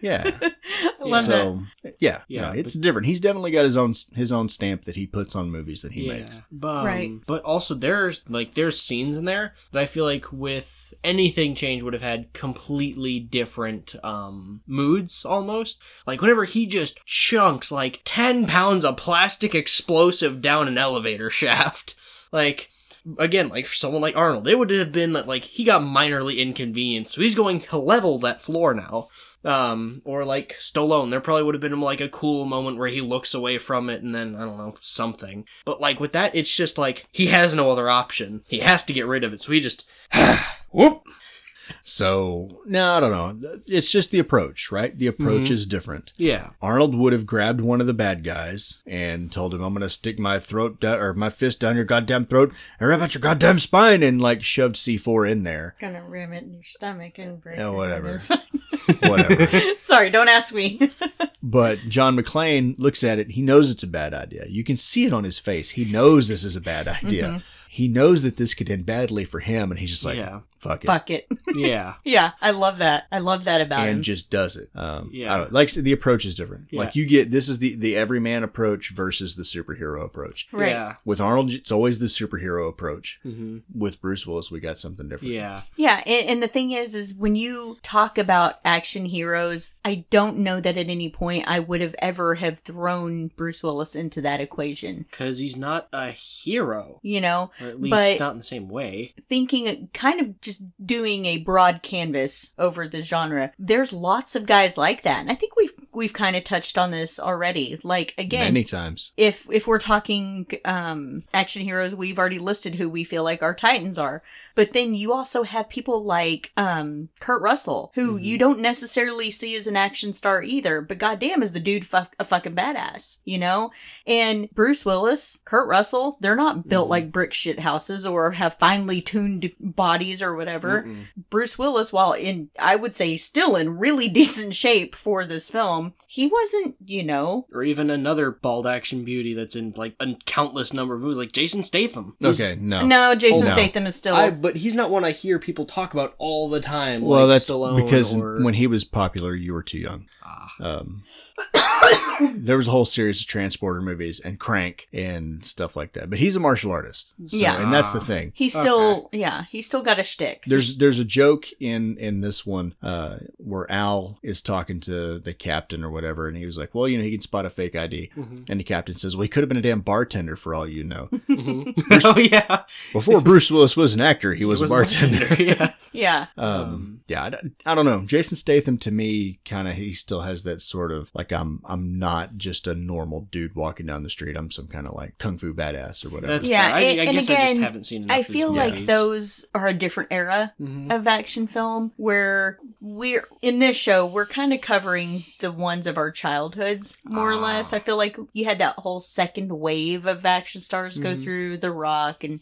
S4: Yeah.
S2: I love that.
S4: so yeah,
S3: Yeah,
S4: yeah, it's different. He's definitely got his own his own stamp that he puts on movies that he
S3: yeah.
S4: makes.
S3: But, um,
S2: Right.
S3: but also there's like there's scenes in there that I feel like with anything change would have had completely different um moods almost. Like whenever he just chunks like ten pounds of plastic explosive down an elevator shaft. Like again, like for someone like Arnold, it would have been that like he got minorly inconvenienced, so he's going to level that floor now. Um, or like Stallone, there probably would have been like a cool moment where he looks away from it and then, I don't know, something. But like with that, it's just like he has no other option. He has to get rid of it, so he just, whoop.
S4: So no, I don't know. It's just the approach, right? The approach is different.
S3: Yeah.
S4: Arnold would have grabbed one of the bad guys and told him, "I'm gonna stick my throat down, or my fist down your goddamn throat and rip out your goddamn spine," and like shoved C4 in there,
S2: Gonna ram it in your stomach and break.
S4: Yeah,
S2: your
S4: whatever.
S2: nose.
S4: whatever.
S2: Sorry, don't ask me.
S4: But John McClane looks at it. He knows it's a bad idea. You can see it on his face. He knows this is a bad idea. He knows that this could end badly for him, and he's just like,
S3: Yeah.
S4: "Fuck it,"
S2: Fuck it.
S3: Yeah.
S2: Yeah, I love that. I love that about
S4: and
S2: him.
S4: just does it. Um,
S3: Yeah.
S4: I don't, like I said, the approach is different.
S3: Yeah.
S4: Like you get this is the the everyman approach versus the superhero approach.
S2: right.
S3: Yeah.
S4: With Arnold, it's always the superhero approach.
S3: hmm
S4: With Bruce Willis, we got something different.
S3: Yeah.
S2: Yeah, and, and the thing is, is when you talk about action heroes, I don't know that at any point I would have ever have thrown Bruce Willis into that equation.
S3: Because he's not a hero.
S2: You know,
S3: Or at least
S2: But-
S3: not in the same way.
S2: thinking kind of just doing a broad canvas over the genre there's lots of guys like that and i think we've we've kind of touched on this already. Like again,
S4: many times.
S2: if if we're talking um action heroes we've already listed who we feel like our titans are but then you also have people like um kurt russell who you don't necessarily see as an action star either but goddamn is the dude fuck a fucking badass you know and bruce willis kurt russell they're not built like brick shit houses or have finely tuned bodies or whatever Bruce Willis, while in, I would say, still in really decent shape for this film, he wasn't, you know,
S3: Or even another bald action beauty that's in like a countless number of movies, like Jason Statham. who's-
S4: Okay, no.
S2: No, Jason
S4: Oh, no.
S2: Statham is still.
S3: I, but he's not one I hear people talk about all the time.
S4: Well,
S3: like
S4: that's
S3: Stallone
S4: because
S3: or-
S4: when he was popular, you were too young.
S3: Ah.
S4: Um, there was a whole series of transporter movies and Crank and stuff like that. But he's a martial artist, so,
S2: Yeah.
S4: and that's the thing.
S2: he's still, yeah, he's still got a shtick.
S4: There's there's a joke in in this one uh, where Al is talking to the captain or whatever, and he was like, "Well, you know, he can spot a fake ID," and the captain says, "Well, he could have been a damn bartender for all you know."
S3: oh yeah,
S4: Before Bruce Willis was an actor, he was, a bartender.
S3: yeah,
S2: Yeah,
S4: Um, yeah, I, don't- I don't know. Jason Statham to me, kind of, he still has that sort of like I'm I'm not just a normal dude walking down the street. I'm some kind of like kung fu badass or whatever.
S3: that's
S2: Yeah,
S3: fair. I,
S2: and-
S3: I
S2: and
S3: guess I just
S2: again,
S3: haven't seen. Enough
S2: I
S3: of his
S2: feel like
S3: movies.
S2: those are a different era of action film where we're in this show we're kind of covering the ones of our childhoods more or less. I feel like you had that whole second wave of action stars go
S3: Mhm.
S2: through The Rock and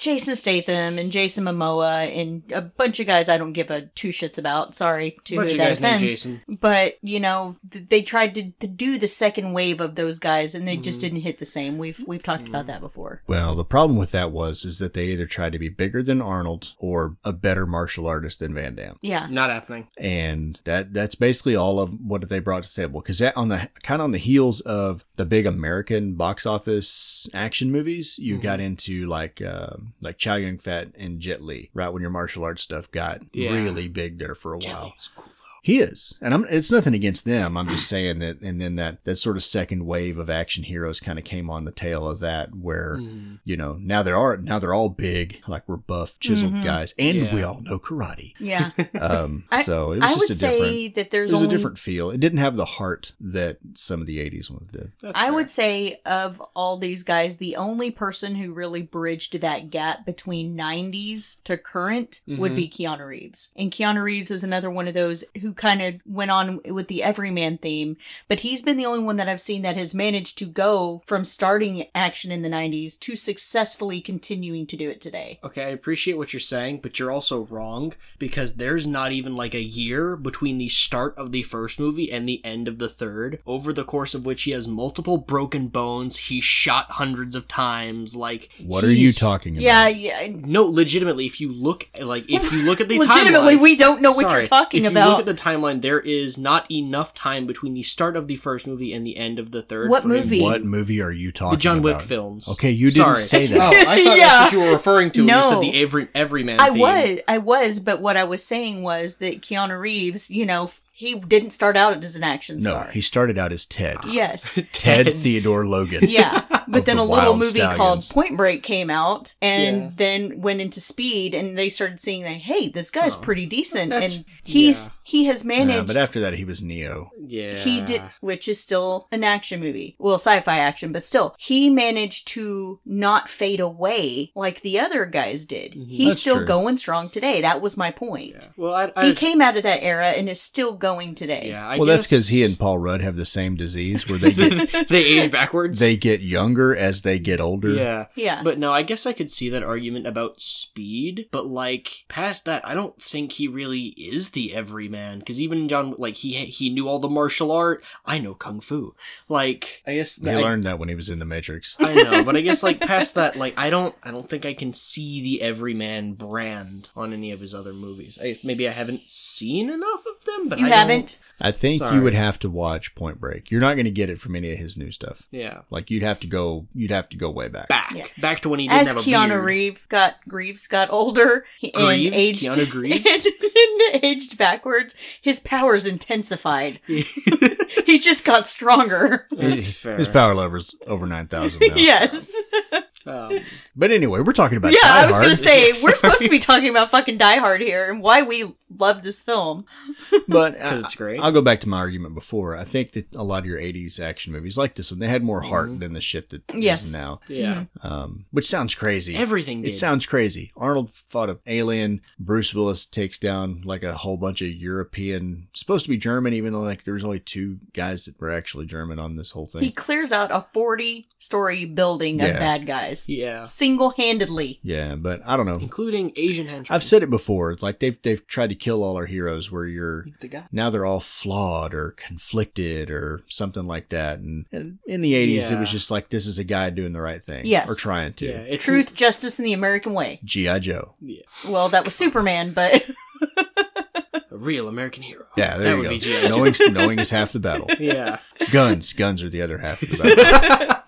S2: Jason Statham and Jason Momoa and a bunch of guys I don't give a two shits about. Sorry to
S3: Bunch
S2: who
S3: of
S2: that
S3: guys named
S2: offends.
S3: Jason.
S2: But you know th- they tried to, to do the second wave of those guys and they
S4: Mm-hmm.
S2: just didn't hit the same. We've we've talked about that before.
S4: Well, the problem with that was is that they either tried to be bigger than Arnold or a better martial artist than Van Damme,
S2: Yeah.
S3: Not happening.
S4: Oh, and that that's basically all of what they brought to the table. Because that on the kind of on the heels of the big American box office action movies,
S2: Mm-hmm.
S4: you got into like uh, like Chow Yun Fat and Jet Li, right when your martial arts stuff got
S3: Yeah.
S4: really big there for a while.
S3: It's cool though.
S4: He is, and I'm. It's nothing against them. I'm just saying that, and then that that sort of second wave of action heroes kind of came on the tail of that, where
S2: Mm.
S3: Hmm.
S4: you know now there are now they're all big, like we're buff, chiseled guys, and
S3: Yeah.
S4: we all know karate.
S2: Yeah.
S4: Um,
S2: Mm-hmm. I-
S4: so it was
S2: I
S4: just
S2: would
S4: a
S2: say
S4: different.
S2: that
S4: It
S2: there's
S4: was
S2: only
S4: a different feel. It didn't have the heart that some of the '80s ones did.
S3: That's
S2: I
S3: fair.
S2: would say of all these guys, the only person who really bridged that gap between 90s to current would be Keanu Reeves. And Keanu Reeves is another one of those who kind of went on with the everyman theme, but he's been the only one that I've seen that has managed to go from starting action in the 90s to successfully continuing to do it today.
S3: Okay, I appreciate what you're saying, but you're also wrong because there's not even like a year between the start of the first movie and the end of the third, over the course of which he has multiple broken bones, he's shot hundreds of times, like
S4: What are you
S3: he's-
S4: talking about?
S2: Yeah, yeah.
S3: No, legitimately, if you look like if you look at the
S2: Legitimately,
S3: timeline-
S2: we don't know what you're
S3: Sorry,
S2: talking
S3: if
S2: about.
S3: you look at the timeline, there is not enough time between the start of the first movie and the end of the third.
S2: What
S3: for him-
S2: movie?
S4: What movie are you talking?
S3: The John Wick
S4: about?
S3: films.
S4: Okay, you didn't
S3: Sorry.
S4: say
S3: Oh,
S4: that.
S3: I thought
S2: Yeah.
S3: that's what you were referring to. when you
S2: No.
S3: said the every everyman.
S2: I
S3: theme.
S2: was, I was, but what I was saying was that Keanu Reeves, you know, f- he didn't start out as an action
S4: no,
S2: star.
S4: he started out as Ted.
S2: yes,
S4: Ted Theodore Logan.
S2: yeah. But then
S4: the
S2: a little
S4: Wild
S2: movie called
S4: Stallions.
S2: Point Break came out, and
S3: Yeah.
S2: then went into Speed, and they started seeing that hey, this guy's pretty decent,
S3: That's-
S2: and he's he has
S4: Oh. Yeah,
S2: managed.
S4: Uh, but after that, he was Neo.
S3: Yeah.
S2: He did, which is still an action movie. Well, sci fi action, but still, he managed to not fade away like the other guys did. He's
S4: Mm-hmm. That's
S2: still
S4: true.
S2: going strong today. That was my point.
S3: Well, I, I
S2: he came out of that era and is still going today.
S3: yeah. I
S4: well, that's
S3: guess
S4: because he and Paul Rudd have the same disease where they get
S3: they age backwards.
S4: they get younger as they get older.
S3: yeah.
S2: Yeah.
S3: But no, I guess I could see that argument about speed, but like past that, I don't think he really is the everyman because even John, like he he knew all the martial art. I know kung fu. Like I guess
S4: He
S3: that-
S4: learned that when he was in the Matrix.
S3: I know, but I guess like past that, like I don't, I don't think I can see the everyman brand on any of his other movies. I, maybe I haven't seen enough of them, but
S2: you
S3: I don't-
S2: haven't?
S4: I think
S3: Sorry.
S4: you would have to watch Point Break. You're not going to get it from any of his new stuff.
S3: Yeah,
S4: Like you'd have to go. You'd have to go way back.
S3: back
S2: Yeah.
S3: back to when he didn't
S2: As
S3: have a
S2: Keanu
S3: beard.
S2: Reeves got Greaves got older he- and
S3: Greaves?
S2: aged
S3: Keanu Greaves?
S2: and aged backwards, his powers intensified. he just got stronger.
S3: That's
S4: His-
S3: fair.
S4: His power level's over nine thousand now.
S2: Yes.
S3: Um,
S4: But anyway, we're talking about
S2: yeah,
S4: Die
S2: I was
S4: Hard.
S2: gonna say
S4: Yes.
S2: we're supposed to be talking about fucking Die Hard here and why we love this film.
S4: but
S3: 'Cause it's great.
S4: I, will go back to my argument before. I think that a lot of your '80s action movies, like this one, they had more heart than the shit that is
S2: Mm-hmm. Yes.
S4: now.
S3: yeah.
S2: Mm-hmm.
S4: Um, which sounds crazy.
S3: Everything
S4: It
S3: did.
S4: sounds crazy. Arnold fought an alien. Bruce Willis takes down like a whole bunch of European, supposed to be German, even though like there was only two guys that were actually German on this whole thing.
S2: He clears out a forty-story building of
S4: Yeah.
S2: bad guys
S3: Yeah.
S2: single-handedly.
S4: yeah, but I don't know.
S3: Including Asian henchmen.
S4: I've said it before. Like they've they've tried to kill all our heroes. Where you're
S3: the guy.
S4: now they're all flawed or conflicted or something like that. And, and in the 80s, it was
S3: Yeah.
S4: just like this is a guy doing the right thing.
S2: Yes.
S4: Or trying to.
S3: Yeah. It's
S2: Truth, justice, and the American way.
S4: G.I. Joe.
S3: Yeah.
S2: Well, that was Superman, but
S3: A real American hero.
S4: Yeah,
S3: Oh,
S4: there
S3: that
S4: you
S3: would
S4: go.
S3: be G.I. Joe.
S4: knowing, knowing is half the battle.
S3: yeah.
S4: Guns. Guns are the other half of the battle.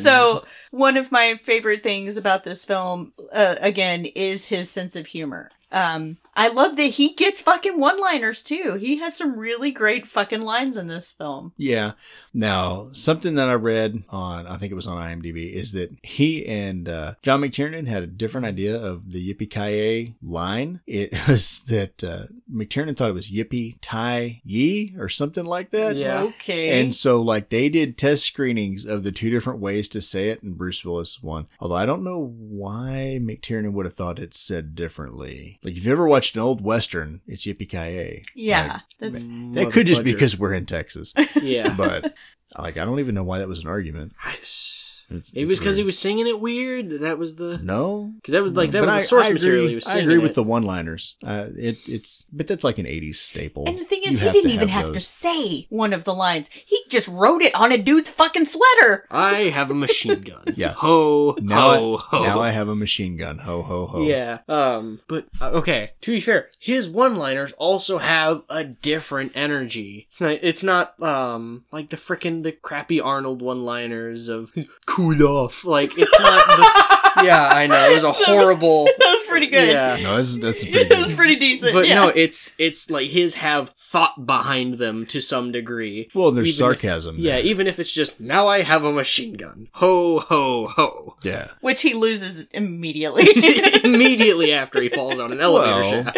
S2: so one of my favorite things about this film uh, again is his sense of humor um i love that he gets fucking one liners too he has some really great fucking lines in this film
S4: yeah. Now, something that I read on, I think it was on IMDb, is that he and uh, John McTiernan had a different idea of the Yippee Ki line. It was that uh, McTiernan thought it was Yippee Tie Yee or something like that.
S3: Yeah.
S2: okay
S4: And so, like, they did test screenings of the two different ways to say it, and Bruce Willis won. Although I don't know why McTiernan would have thought it said differently. Like, if you've ever watched an old western, it's yippee ki
S2: yeah that's
S4: That could just be because we're in Texas,
S3: Yeah.
S4: but like, I don't even know why that was an argument. It's-
S3: Maybe it
S4: it's
S3: was because he
S4: weird.
S3: was singing it weird. That was the.
S4: no.
S3: Because that was like that
S4: But
S3: was
S4: I-
S3: the source
S4: I agree-
S3: material he was
S4: I
S3: singing.
S4: agree with
S3: it.
S4: the one-liners. Uh, it, it's but that's like an '80s staple.
S2: and the thing
S4: You
S2: is, he
S4: have to
S2: didn't even have to
S4: those.
S2: say one of the lines. He just wrote it on a dude's fucking sweater.
S3: I have a machine gun.
S4: Yeah.
S3: Ho
S4: Now,
S3: ho
S4: I,
S3: ho.
S4: now I have a machine gun. Ho ho ho.
S3: Yeah. Um. But uh, okay. To be fair, his one-liners also have a different energy. It's not. It's not. Um. Like the frickin' the crappy Arnold one-liners of "cool off." Like it's not. The, yeah, I know. It was a horrible.
S2: That was pretty good.
S3: Yeah.
S4: No, that's that's a pretty
S2: It was
S4: good.
S2: pretty decent.
S3: But
S2: yeah.
S3: no, it's it's like his have thought behind them to some degree.
S4: Well, there's
S3: Even if-
S4: sarcasm.
S3: Yeah,
S4: there.
S3: even if it's just now I have a machine gun. Ho ho ho.
S4: yeah.
S2: Which he loses immediately.
S3: Immediately after he falls on an elevator
S4: Well.
S3: shaft.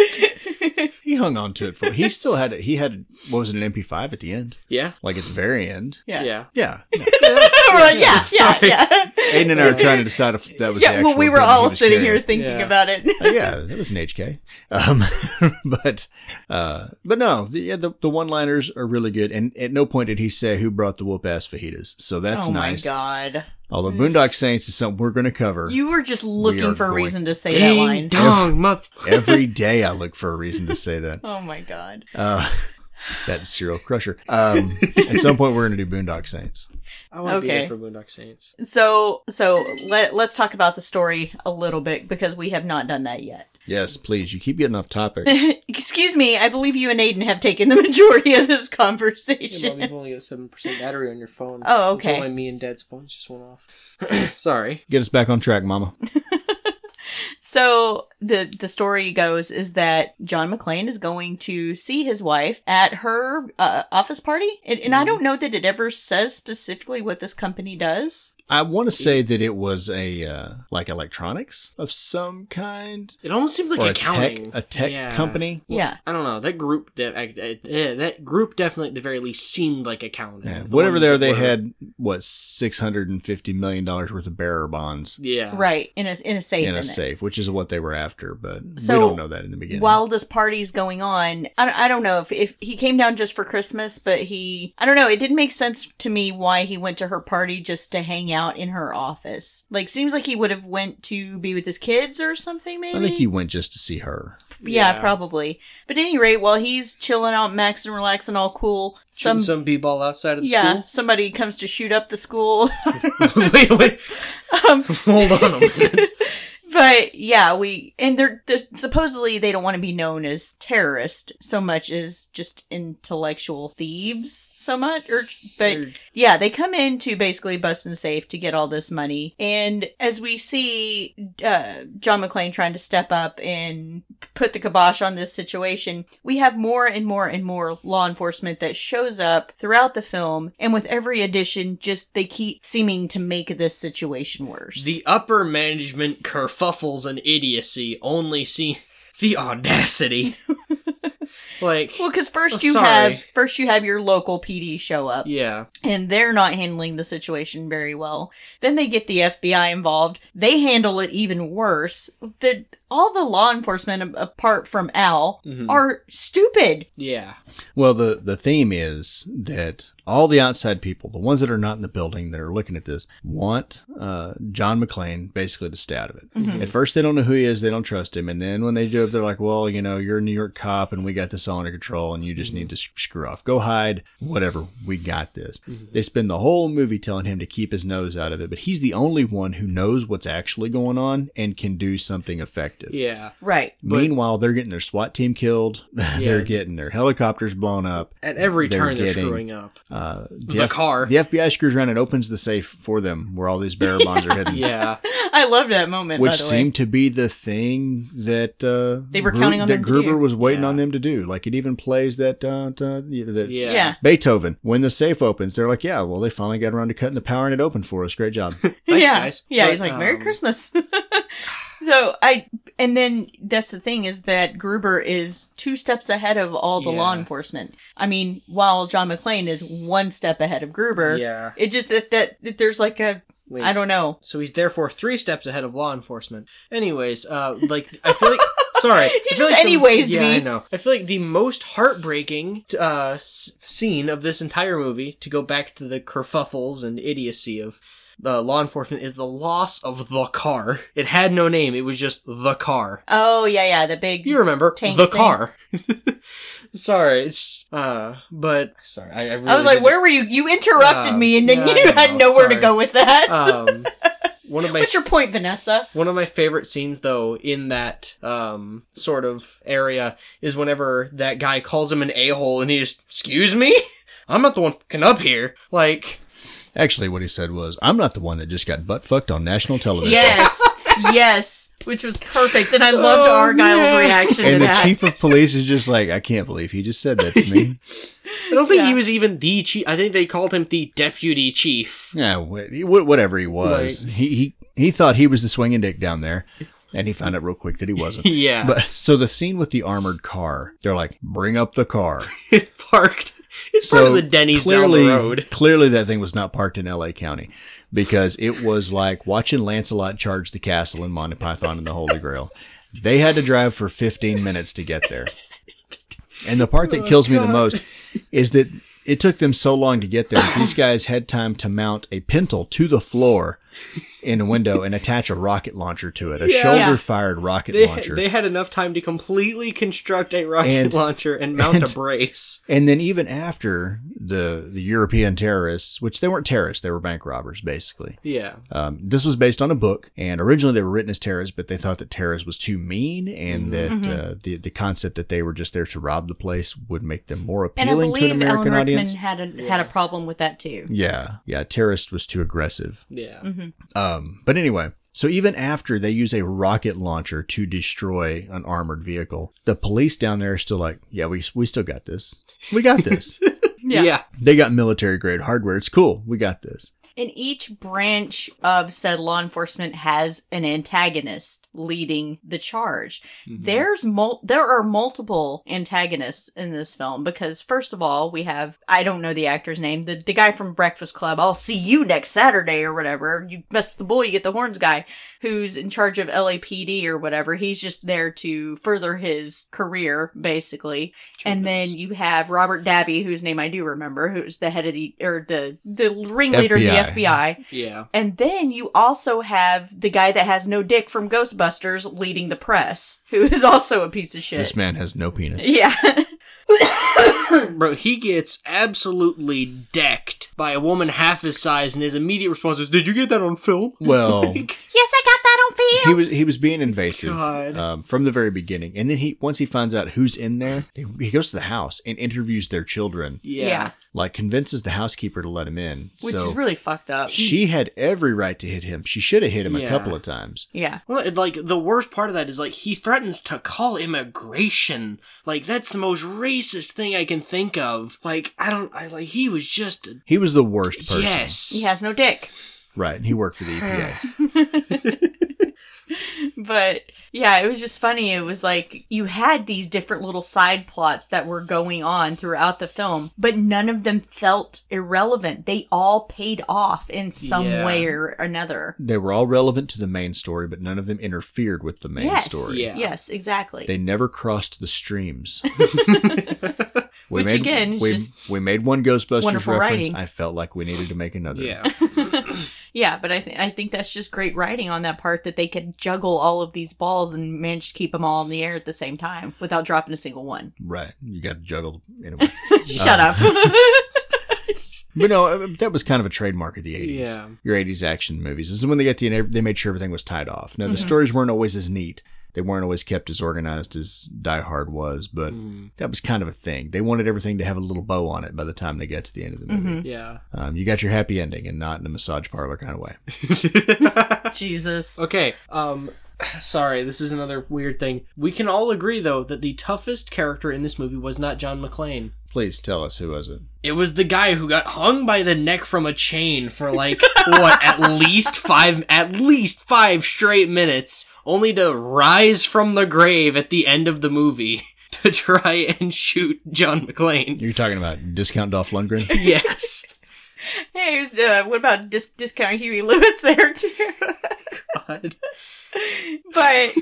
S4: He hung on to it for. He still had it. He had what was it, an MP5 at the end,
S3: Yeah.
S4: like at the very end.
S2: yeah.
S3: Yeah.
S4: Yeah, yeah.
S2: We're like, yeah, yeah,
S3: Sorry.
S2: yeah.
S4: Aiden and I were trying to decide if that was. the
S2: yeah,
S4: actual
S2: well, we were
S4: gun he
S2: all
S4: was
S2: sitting
S4: carrying.
S2: here thinking
S3: Yeah.
S2: about it.
S4: Uh, yeah, that was an HK. Um, but uh, but no, the, yeah, the, the one liners are really good. And at no point did he say who brought the whoop ass fajitas. So that's
S2: oh
S4: nice.
S2: my god,
S4: Although Boondock Saints is something we're going to cover.
S2: you were just
S4: are
S2: looking for a
S4: going-
S2: reason to say that
S3: Ding
S2: line.
S3: dong, mother.
S4: Every day I look for a reason to say that.
S2: Oh my god.
S4: Uh, that serial crusher. Um, at some point, we're going to do Boondock Saints.
S3: I want to be
S2: Okay.
S3: there for Boondock Saints.
S2: So so let let's talk about the story a little bit because we have not done that yet.
S4: Yes, please. You keep getting off topic.
S2: Excuse me, I believe you and Aiden have taken the majority of this conversation.
S3: you've only got seven percent battery on your phone.
S2: Oh, okay.
S3: That's why me and Dad's phones just went off. Sorry.
S4: Get us back on track, Mama.
S2: So the the story goes is that John McClane is going to see his wife at her uh, office party, and, and I don't know that it ever says specifically what this company does.
S4: I want to say that it was a uh, like electronics of some kind,
S3: It almost seems like
S4: or a
S3: accounting.
S4: tech a tech
S3: Yeah.
S4: company.
S2: yeah,
S3: I don't know. That group, de- I, I- yeah, that group definitely at the very least seemed like accounting.
S4: Yeah,
S3: The
S4: whatever
S3: ones
S4: there,
S3: that
S4: they
S3: were-
S4: had what six hundred and fifty million dollars worth of bearer bonds
S3: Yeah.
S2: right in a in a safe
S4: in a
S2: it.
S4: safe, which is what they were after. But
S2: So,
S4: we don't know that in the beginning.
S2: While this party's going on, I, don't- I don't know if, if he came down just for Christmas, but he, I don't know, it didn't make sense to me why he went to her party just to hang out in her office. Like, seems like he would have went to be with his kids or something, maybe?
S4: I think he went just to see her.
S2: Yeah,
S3: Yeah.
S2: probably. But any rate, while he's chilling out, maxing, and relaxing, all cool, some
S3: Some some b-ball outside of the
S2: yeah,
S3: school.
S2: somebody comes to shoot up the school.
S3: wait, wait.
S2: um,
S3: Hold on a minute.
S2: But yeah, we and they're, they're supposedly they don't want to be known as terrorist so much as just intellectual thieves so much or but yeah, they come in to basically bust and safe to get all this money. And as we see uh, John McClane trying to step up and put the kibosh on this situation, we have more and more and more law enforcement that shows up throughout the film. And with every addition, just they keep seeming to make this situation worse.
S3: The upper management kerfuffles and idiocy only see the audacity. like,
S2: well, because first
S3: Oh,
S2: you
S3: sorry.
S2: have first you have your local PD show up,
S3: yeah.
S2: and they're not handling the situation very well. Then they get the FBI involved. They handle it even worse. The, all the law enforcement, a- apart from Al,
S3: Mm-hmm.
S2: are stupid.
S3: Yeah.
S4: Well, the, the theme is that all the outside people, the ones that are not in the building that are looking at this, want uh, John McClane basically to stay out of it.
S3: Mm-hmm.
S4: At first, they don't know who he is, they don't trust him, and then when they do, they're like, "Well, you know, you're a New York cop, and we got this all under control, and you
S3: Mm-hmm.
S4: just need to sh- screw off, go hide, whatever. We got this."
S3: Mm-hmm.
S4: They spend the whole movie telling him to keep his nose out of it, but he's the only one who knows what's actually going on and can do something effective.
S3: Yeah.
S2: Right.
S4: Meanwhile, they're getting their SWAT team killed.
S3: Yeah.
S4: they're getting their helicopters blown up.
S3: At every
S4: They're
S3: turn, they're
S4: getting-
S3: screwing up.
S4: Uh, the,
S3: The car.
S4: The FBI screws around and opens the safe for them where all these bearer bonds are hidden.
S3: Yeah.
S2: I love that moment. by
S4: Which
S2: the way.
S4: seemed to be the thing that uh,
S2: They were counting on
S4: that
S2: them to
S4: Gruber
S2: do.
S4: was waiting
S3: Yeah.
S4: on them to do. Like it even plays that uh, uh, you know, that
S3: Yeah.
S2: yeah.
S4: Beethoven when the safe opens. They're like, yeah, well, they finally got around to cutting the power and it opened for us. Great job.
S3: Thanks,
S2: yeah.
S3: guys.
S2: Yeah,
S3: But,
S2: he's like, Merry
S3: um,
S2: Christmas. so I, and then that's the thing is that Gruber is two steps ahead of all the law
S3: Yeah.
S2: enforcement. I mean, while John McClane is one step ahead of Gruber.
S3: Yeah.
S2: It just that, that that there's like a
S3: Wait.
S2: I don't know.
S3: So he's therefore three steps ahead of law enforcement. Anyways, uh, like I feel like sorry, he
S2: just anyways
S3: yeah,
S2: me.
S3: I know. I feel like the most heartbreaking uh s- scene of this entire movie, to go back to the kerfuffles and idiocy of the law enforcement, is the loss of the car. It had no name. It was just the car.
S2: Oh yeah, yeah, the big
S3: You remember
S2: Tank
S3: the
S2: thing.
S3: car? sorry, it's uh, but sorry, I, I, really
S2: I was like,
S3: did
S2: where
S3: just-
S2: were you? You interrupted
S3: Uh,
S2: me and then
S3: yeah,
S2: you
S3: I
S2: had
S3: know,
S2: nowhere to
S3: sorry.
S2: go with that.
S3: Um, one of my
S2: What's your point, Vanessa?
S3: One of my favorite scenes, though, in that um, sort of area is whenever that guy calls him an a hole and he just, excuse me? I'm not the one fucking up here. Like,
S4: Actually, what he said was, I'm not the one that just got butt fucked on national television.
S2: Yes. yes. Which was perfect. And I loved
S3: Oh,
S2: Argyle's
S3: man.
S2: reaction to
S4: And the
S2: that.
S4: chief of police is just like, I can't believe he just said that to me.
S3: I don't think
S2: Yeah.
S3: he was even the chief. I think they called him the deputy chief.
S4: Yeah, wh- he- wh- whatever he was, he, he he thought he was the swinging dick down there, and he found out real quick that he wasn't.
S3: Yeah.
S4: But so the scene with the armored car, they're like, "Bring up the car."
S3: It parked. It's
S4: So
S3: part of the Denny's down the road.
S4: clearly that thing was not parked in L.A. County because it was like watching Lancelot charge the castle in Monty Python and the Holy Grail. They had to drive for 15 minutes to get there. And the part
S3: Oh,
S4: that kills me the most is that it took them so long to get there. These guys had time to mount a pintle to the floor in a window and attach a rocket launcher to it, a shoulder fired rocket
S3: They,
S4: launcher.
S3: they had enough time to completely construct a rocket
S4: And-
S3: launcher and mount
S4: and-
S3: a brace.
S4: And then even after the the European terrorists, which they weren't terrorists, they were bank robbers basically.
S3: Yeah.
S4: Um, this was based on a book, and originally they were written as terrorists, but they thought that terrorists was too mean, and that
S2: Mm-hmm.
S4: uh, the the concept that they were just there to rob the place would make them more
S2: And I
S4: appealing to an
S2: believe Alan
S4: American
S2: Rickman
S4: audience.
S2: had a had a problem with that too.
S4: Yeah, yeah, terrorist was too aggressive.
S3: Yeah.
S2: Mm-hmm.
S4: Um, but anyway, so even after they use a rocket launcher to destroy an armored vehicle, the police down there are still like, yeah, we we still got this, we got this.
S2: Yeah.
S3: yeah.
S4: They got military grade hardware. It's cool. We got this.
S2: And each branch of said law enforcement has an antagonist leading the charge. There's mul- there are multiple antagonists in this film because first of all, we have I don't know the actor's name, the the guy from Breakfast Club, I'll see you next Saturday or whatever. You mess with the bull, you get the horns guy who's in charge of LAPD or whatever. He's just there to further his career basically. and then you have Robert Davi, whose name I do remember, who's the head of the or the the ringleader
S4: FBI.
S2: of the FBI.
S3: Yeah.
S2: And then you also have the guy that has no dick from Ghostbusters leading the press, who is also a piece of shit.
S4: This man has no penis.
S2: yeah.
S3: Bro, he gets absolutely decked by a woman half his size, and his immediate response is, "Did you get that on film?"
S4: Well,
S2: Yes, I got that on film.
S4: he was he was being invasive
S3: God.
S4: um, from the very beginning, and then he once he finds out who's in there, he he goes to the house and interviews their children,
S3: yeah.
S4: like convinces the housekeeper to let him in.
S2: which
S4: so
S2: is really fucked up.
S4: she had every right to hit him. She should have hit him
S3: Yeah.
S4: a couple of times.
S2: yeah.
S3: Well, it- like the worst part of that is like he threatens to call immigration. Like that's the most racist thing I can think of. Like I don't. I like he was just a
S4: He was the worst person.
S3: yes.
S2: He has no dick.
S4: Right. And he worked for the E EPA.
S2: But yeah, it was just funny. It was like you had these different little side plots that were going on throughout the film, but none of them felt irrelevant. They all paid off in some
S3: Yeah.
S2: way or another.
S4: they were all relevant to the main story, but none of them interfered with the main
S2: yes.
S4: story.
S3: Yeah.
S2: Yes, exactly.
S4: They never crossed the streams.
S2: Which again is
S4: we,
S2: just
S4: we made one Ghostbusters reference.
S2: wonderful writing.
S4: I felt like we needed to make another.
S3: Yeah.
S2: yeah, but I think I think that's just great writing on that part that they could juggle all of these balls and manage to keep them all in the air at the same time without dropping a single one.
S4: Right. You got to juggle anyway.
S2: Shut
S4: Uh,
S2: up.
S4: But no, uh, that was kind of a trademark of the 80s.
S3: Yeah.
S4: Your 80s action movies. This is when they got the they made sure everything was tied off. Now the
S2: Mm-hmm.
S4: stories weren't always as neat. They weren't always kept as organized as Die Hard was, but
S3: Mm.
S4: that was kind of a thing. They wanted everything to have a little bow on it by the time they got to the end of the movie.
S2: Mm-hmm.
S3: Yeah.
S4: Um, you got your happy ending and not in a massage parlor kind of way.
S2: Jesus.
S3: Okay. Um sorry, this is another weird thing. We can all agree though that the toughest character in this movie was not John McClane.
S4: Please tell us who was it.
S3: It was the guy who got hung by the neck from a chain for like what at least 5 at least 5 straight minutes only to rise from the grave at the end of the movie to try and shoot John McClane.
S4: You're talking about discount Dolph Lundgren.
S3: Yes.
S2: Hey, uh, what about dis- discount Huey Lewis there too?
S3: God.
S2: but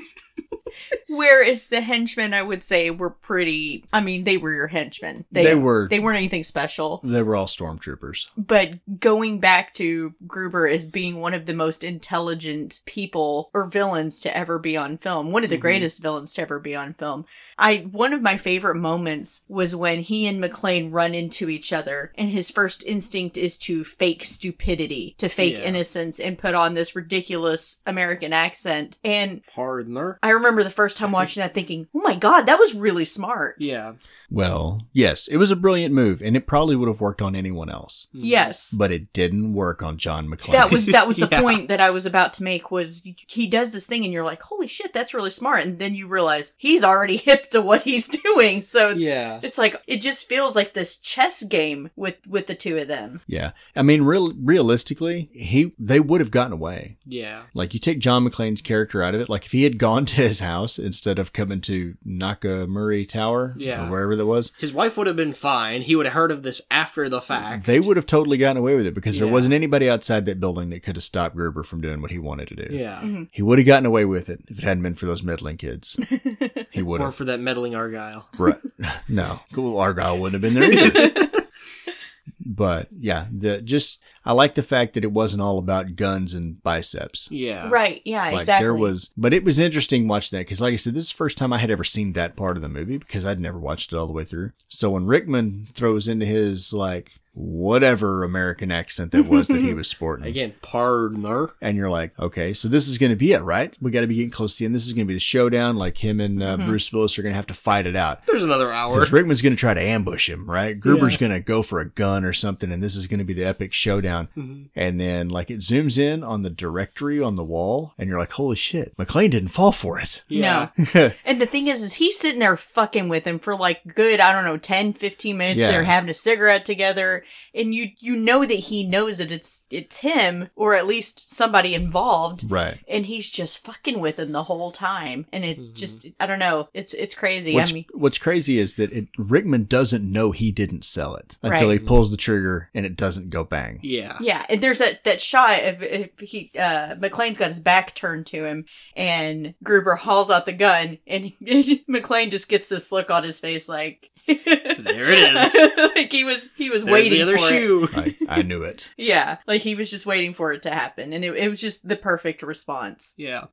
S2: whereas the henchmen, I would say, were pretty. I mean, they were your henchmen.
S4: They were.
S2: They weren't anything special.
S4: they were all stormtroopers.
S2: But going back to Gruber as being one of the most intelligent people or villains to ever be on film, one of the
S3: Mhm.
S2: greatest villains to ever be on film. I one of my favorite moments was when he and McLean run into each other, and his first instinct is to fake stupidity, to fake
S3: Yeah.
S2: innocence, and put on this ridiculous American accent. And
S3: Hardner.
S2: I remember the first time watching that, thinking, "Oh my god, that was really smart."
S3: Yeah.
S4: Well, yes, it was a brilliant move, and it probably would have worked on anyone else,
S3: Mm-hmm.
S2: Yes.
S4: but it didn't work on John McClane.
S2: that was that was the
S3: Yeah.
S2: point that I was about to make was he does this thing and you're like, holy shit, that's really smart, and then you realize he's already hip to what he's doing. So
S3: Yeah.
S2: it's like it just feels like this chess game with with the two of them.
S4: Yeah, I mean, real realistically, he they would have gotten away.
S3: Yeah.
S4: Like you take John McClane's character out of it, like if he had gone to his house instead of coming to Nakamura Tower,
S3: Yeah.
S4: or wherever that was,
S3: His wife would have been fine. He would have heard of this after the fact.
S4: they would have totally gotten away with it because there
S3: Yeah.
S4: wasn't anybody outside that building that could have stopped Gruber from doing what he wanted to do.
S2: Mm.
S3: Yeah.
S4: He would have gotten away with it if it hadn't been for those meddling kids. He would
S3: Or
S4: have.
S3: for that meddling Argyle.
S4: Right. No. Cool. Argyle wouldn't have been there either. but yeah, the just I like the fact that it wasn't all about guns and biceps.
S3: Yeah.
S2: Right? Yeah,
S4: Like
S2: exactly.
S4: there was, but it was interesting watching that because, like I said, this is the first time I had ever seen that part of the movie because I'd never watched it all the way through. So when Rickman throws into his like whatever American accent that was that he was sporting,
S3: Again, partner.
S4: and you're like, okay, so this is going to be it, right? We got to be getting close to the end. This is going to be the showdown. Like him and uh, Bruce Willis are going to have to fight it out.
S3: There's another hour.
S4: Because Rickman's going to try to ambush him, right? Gruber's going to go for a gun or something, and this is going to be the epic showdown. And then, like, it zooms in on the directory on the wall, and you're like, holy shit, McLean didn't fall for it.
S3: Yeah.
S2: No. and the thing is, is he's sitting there fucking with him for like good, I don't know, 10, 15 minutes.
S4: Yeah.
S2: They're having a cigarette together. And you, you know that he knows that it's, it's him or at least somebody involved.
S4: Right.
S2: and he's just fucking with him the whole time and it's just i don't know it's it's crazy
S4: What's,
S2: i mean
S4: what's crazy is that it, Rickman doesn't know he didn't sell it until
S2: Right.
S4: he pulls the trigger and it doesn't go bang.
S3: Yeah.
S2: yeah and there's that that shot of if he uh mclean's got his back turned to him and gruber hauls out the gun and mclean just gets this look on his face like
S3: There it is. There's
S2: like he was he was waiting
S3: the other
S2: for it
S3: shoe.
S4: I, I knew it.
S2: yeah like he was just waiting for it to happen and it, it was just the perfect response
S3: Yeah.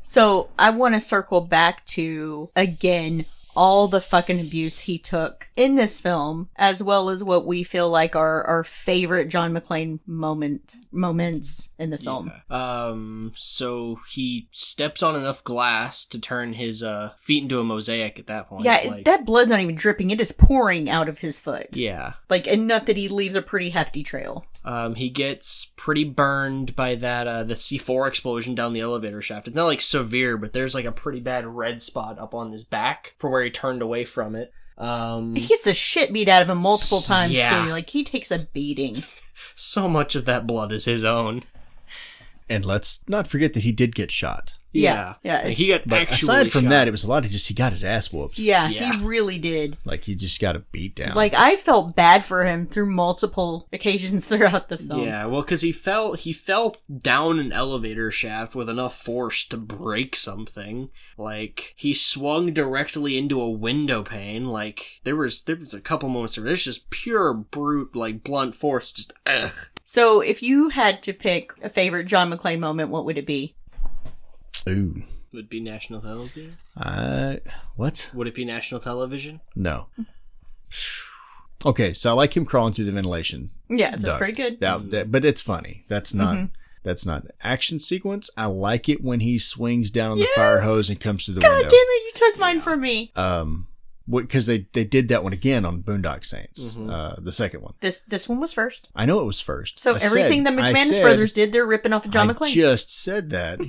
S2: So I want to circle back to again all the fucking abuse he took in this film, as well as what we feel like are our favorite John McClane moment moments in the film.
S3: Um, so he steps on enough glass to turn his uh feet into a mosaic at that point.
S2: Yeah, it-
S3: like-
S2: that blood's not even dripping; it is pouring out of his foot.
S3: yeah.
S2: Like enough that he leaves a pretty hefty trail.
S3: Um, he gets pretty burned by that uh the C four explosion down the elevator shaft. It's not like severe, but there's like a pretty bad red spot up on his back from where he turned away from it. Um,
S2: He gets the shit beat out of him multiple times
S3: Yeah.
S2: too. Like he takes a beating.
S3: so much of that blood is his own.
S4: And let's not forget that he did get shot.
S2: Yeah, yeah,
S3: Like,
S2: it's-
S3: he got
S4: But
S3: actually
S4: aside from
S3: shot.
S4: that, it was a lot of just he got his ass whooped.
S2: Yeah,
S3: Yeah.
S2: he really did.
S4: Like he just got a beat down.
S2: Like I felt bad for him through multiple occasions throughout the film.
S3: Yeah, well, because he fell, he fell down an elevator shaft with enough force to break something. Like he swung directly into a window pane. Like there was, there was a couple moments where there's just pure brute, like blunt force. Just ugh.
S2: So if you had to pick a favorite John McClane moment, what would it be?
S4: ooh,
S3: Would it be national television?
S4: I what?
S3: Would it be national television?
S4: No. Okay, so I like him crawling through the ventilation.
S2: Yeah, that's
S4: duct.
S2: pretty good.
S4: That- that- but it's funny. That's not.
S2: Mm-hmm.
S4: That's not an action sequence. I like it when he swings down on the fire hose and comes through the
S2: God damn
S4: window.
S2: it, you took mine from me.
S4: Um, because they they did that one again on Boondock Saints,
S2: Mm-hmm.
S4: uh, the second one.
S2: This this one was first.
S4: I know it was first.
S2: So
S4: I
S2: everything
S4: said-
S2: the
S4: I
S2: McManus
S4: said-
S2: brothers did, they're ripping off of John
S4: I
S2: McClane.
S4: just said that.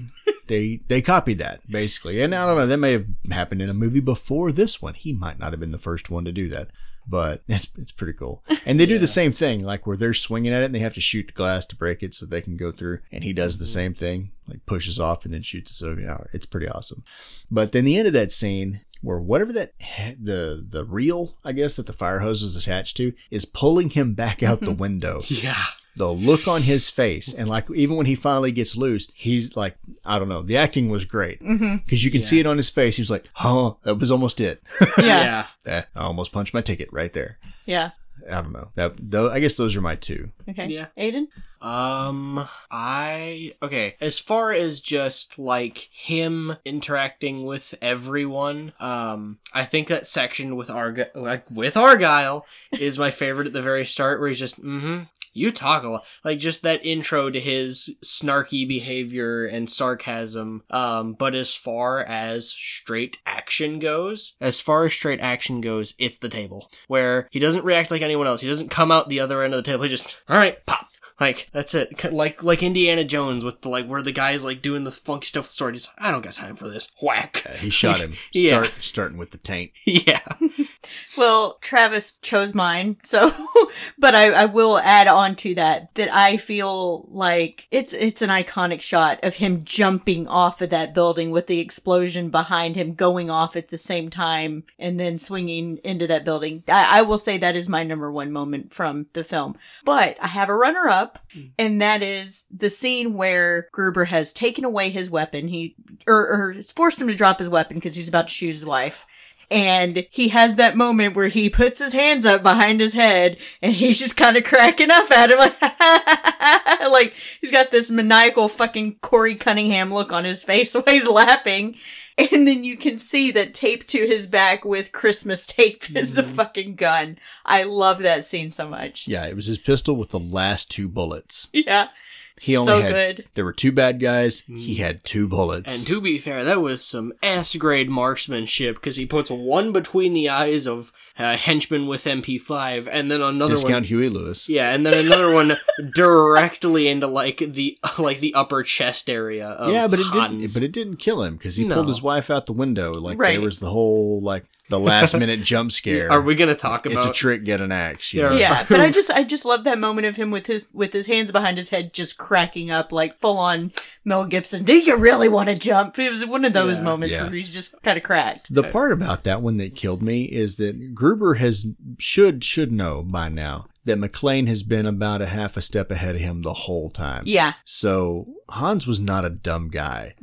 S4: they they copied that basically, and I don't know. That may have happened in a movie before this one. He might not have been the first one to do that, but it's it's pretty cool. And they do the same thing, like where they're swinging at it, and they have to shoot the glass to break it so they can go through. And he does the same thing, like pushes off and then shoots the Soviet hour. It's pretty awesome. But then the end of that scene, where whatever that the the reel, I guess that the fire hose is attached to, is pulling him back out the window
S3: Yeah.
S4: the look on his face and like even when he finally gets loose he's like i don't know the acting was great because
S2: Mm-hmm.
S4: you can see it on his face he was like oh that was almost it
S2: yeah,
S4: Eh, i almost punched my ticket right there
S2: yeah.
S4: i don't know that though i guess those are my two
S2: Okay.
S3: Yeah.
S2: Aiden?
S3: Um, I okay. As far as just like him interacting with everyone, um, I think that section with Arg like with Argyle is my favorite at the very start, where he's just mm-hmm. You talk a lot, like just that intro to his snarky behavior and sarcasm. Um, but as far as straight action goes, as far as straight action goes, it's the table where he doesn't react like anyone else. He doesn't come out the other end of the table. He just all right, pop. Like that's it. K- Like like Indiana Jones with the like where the guy's like doing the funky stuff. With the sword. He's like, I don't got time for this. Whack.
S4: he shot him
S3: Yeah.
S4: Start, starting with the taint
S3: yeah.
S2: Well, Travis chose mine, so but I, I will add on to that that I feel like it's it's an iconic shot of him jumping off of that building with the explosion behind him going off at the same time and then swinging into that building. I, I will say that is my number one moment from the film. But I have a runner up, and that is the scene where Gruber has taken away his weapon. He or, or has forced him to drop his weapon because he's about to shoot his wife and he has that moment where he puts his hands up behind his head and he's just kind of cracking up at him like, like he's got this maniacal fucking Corey Cunningham look on his face while he's laughing and then you can see that taped to his back with Christmas tape is the fucking gun. I love that scene so much.
S4: yeah it was his pistol with the last two bullets
S2: Yeah.
S4: he only
S2: So
S4: had
S2: good.
S4: there were two bad guys he had two bullets
S3: Mm. And to be fair, that was some S grade marksmanship because he puts one between the eyes of a henchman with MP5, and then another one.
S4: discount huey lewis
S3: Yeah, and then another one directly into like the like the upper chest area. Of
S4: yeah, but it
S3: Hans.
S4: didn't. But it didn't kill him because he
S3: No.
S4: pulled his wife out the window. Like
S2: Right.
S4: there was the whole like the last minute jump scare.
S3: Are we gonna talk
S4: It's
S3: about?
S4: a trick, get an axe. you
S3: Yeah.
S4: know?
S2: Yeah, but I just I just love that moment of him with his with his hands behind his head just cracking up like full on Mel Gibson. Do you really want to jump? It was one of those
S3: Yeah.
S2: moments
S4: Yeah.
S2: where he's just kind of cracked.
S4: The part about that one that killed me is that Gruber has should should know by now that McLean has been about a half a step ahead of him the whole time.
S2: Yeah. Mm-hmm.
S4: So Hans was not a dumb guy.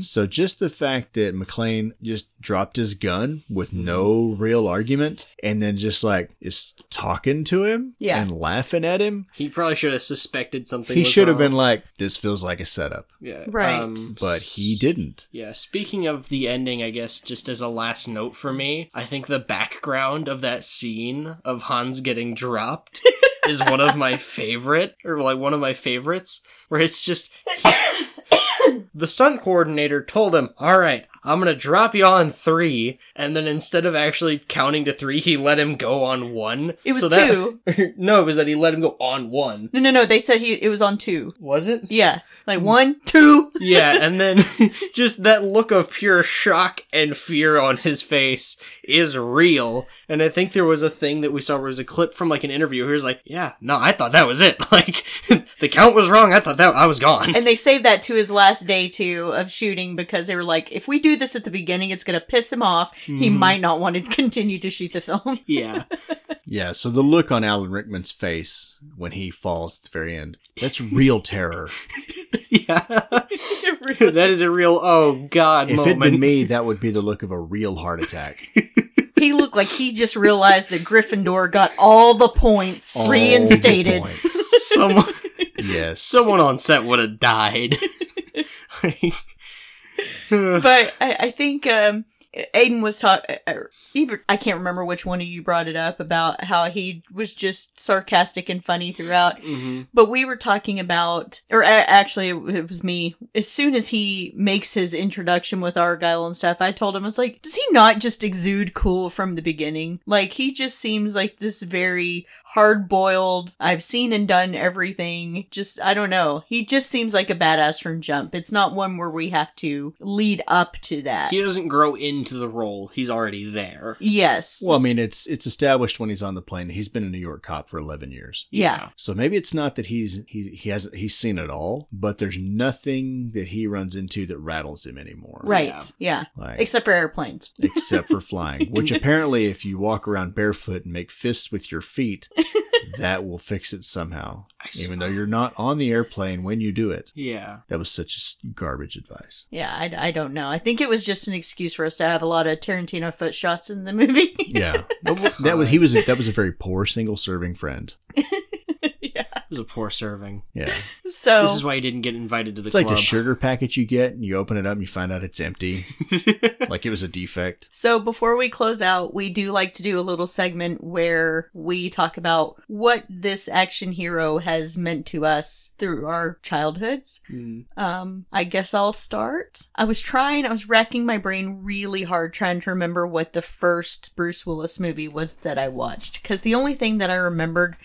S4: So just the fact that McLean just dropped his gun with no real argument and then just like is talking to him
S2: Yeah.
S4: and laughing at him,
S3: He probably should have suspected something.
S4: he
S3: was
S4: should have been
S3: wrong.
S4: like, this feels like a setup.
S3: yeah, um,
S2: Right.
S4: But he didn't.
S3: Yeah, speaking of the ending, I guess just as a last note for me, I think the background of that scene of Hans getting dropped is one of my favorite, or like one of my favorites, where it's just the stunt coordinator told him, "All right, I'm gonna drop you on three, and then instead of actually counting to three, he let him go on one.
S2: It was
S3: So that-
S2: two.
S3: no, it was that he let him go on one.
S2: No, no, no. They said he it was on two.
S3: Was it?
S2: Yeah,
S4: Mm.
S2: like one, two.
S3: yeah, and then just that look of pure shock and fear on his face is real. And I think there was a thing that we saw where it was a clip from like an interview. He was like, "Yeah, no, I thought that was it. Like the count was wrong. I thought that I was gone."
S2: And they saved that to his last day too of shooting because they were like, if we do this at the beginning, it's gonna piss him off.
S4: Mm-hmm.
S2: He might not want to continue to shoot the film.
S3: yeah,
S4: Yeah, so the look on Alan Rickman's face when he falls at the very end, that's real terror.
S3: yeah, that is a real oh god
S4: if it had
S3: moment.
S4: been me, that would be the look of a real heart attack.
S2: he looked like he just realized that Gryffindor got all the points
S4: All the
S2: reinstated.
S4: points.
S3: someone,
S4: Yes.
S3: someone on set would have died.
S2: but I, I think um, Aiden was taught. Even I can't remember which one of you brought it up about how he was just sarcastic and funny throughout.
S3: Mhm.
S2: But we were talking about, or a- actually, it was me. As soon as he makes his introduction with Argyle and stuff, I told him, I was like, does he not just exude cool from the beginning? Like, he just seems like this very hard boiled, I've seen and done everything. Just, I don't know. He just seems like a badass from Jump. It's not one where we have to lead up to that.
S3: He doesn't grow into the role; he's already there.
S2: yes.
S4: Well, I mean, it's it's established when he's on the plane. He's been a New York cop for eleven years.
S2: yeah.
S4: So maybe it's not that he's he he has he's seen it all, but there's nothing that he runs into that rattles him anymore.
S2: Right.
S3: Yeah.
S2: Yeah.
S4: Like,
S2: Except for airplanes.
S4: except for flying, which apparently, if you walk around barefoot and make fists with your feet, that will fix it somehow. Even though you're not on the airplane when you do it.
S3: Yeah.
S4: That was such s- garbage advice.
S2: Yeah, I, I don't know. I think it was just an excuse for us to have a lot of Tarantino foot shots in the movie.
S4: Yeah, that was he was a, that was a very poor single serving friend.
S3: It was a poor serving.
S4: Yeah,
S2: So
S3: This is why he didn't get invited to the
S4: it's
S3: club.
S4: like the sugar packet you get, and you open it up, and you find out it's empty. like it was a defect.
S2: so before we close out, we do like to do a little segment where we talk about what this action hero has meant to us through our childhoods. Um, I guess I'll start. I was trying, I was racking my brain really hard trying to remember what the first Bruce Willis movie was that I watched. Because the only thing that I remembered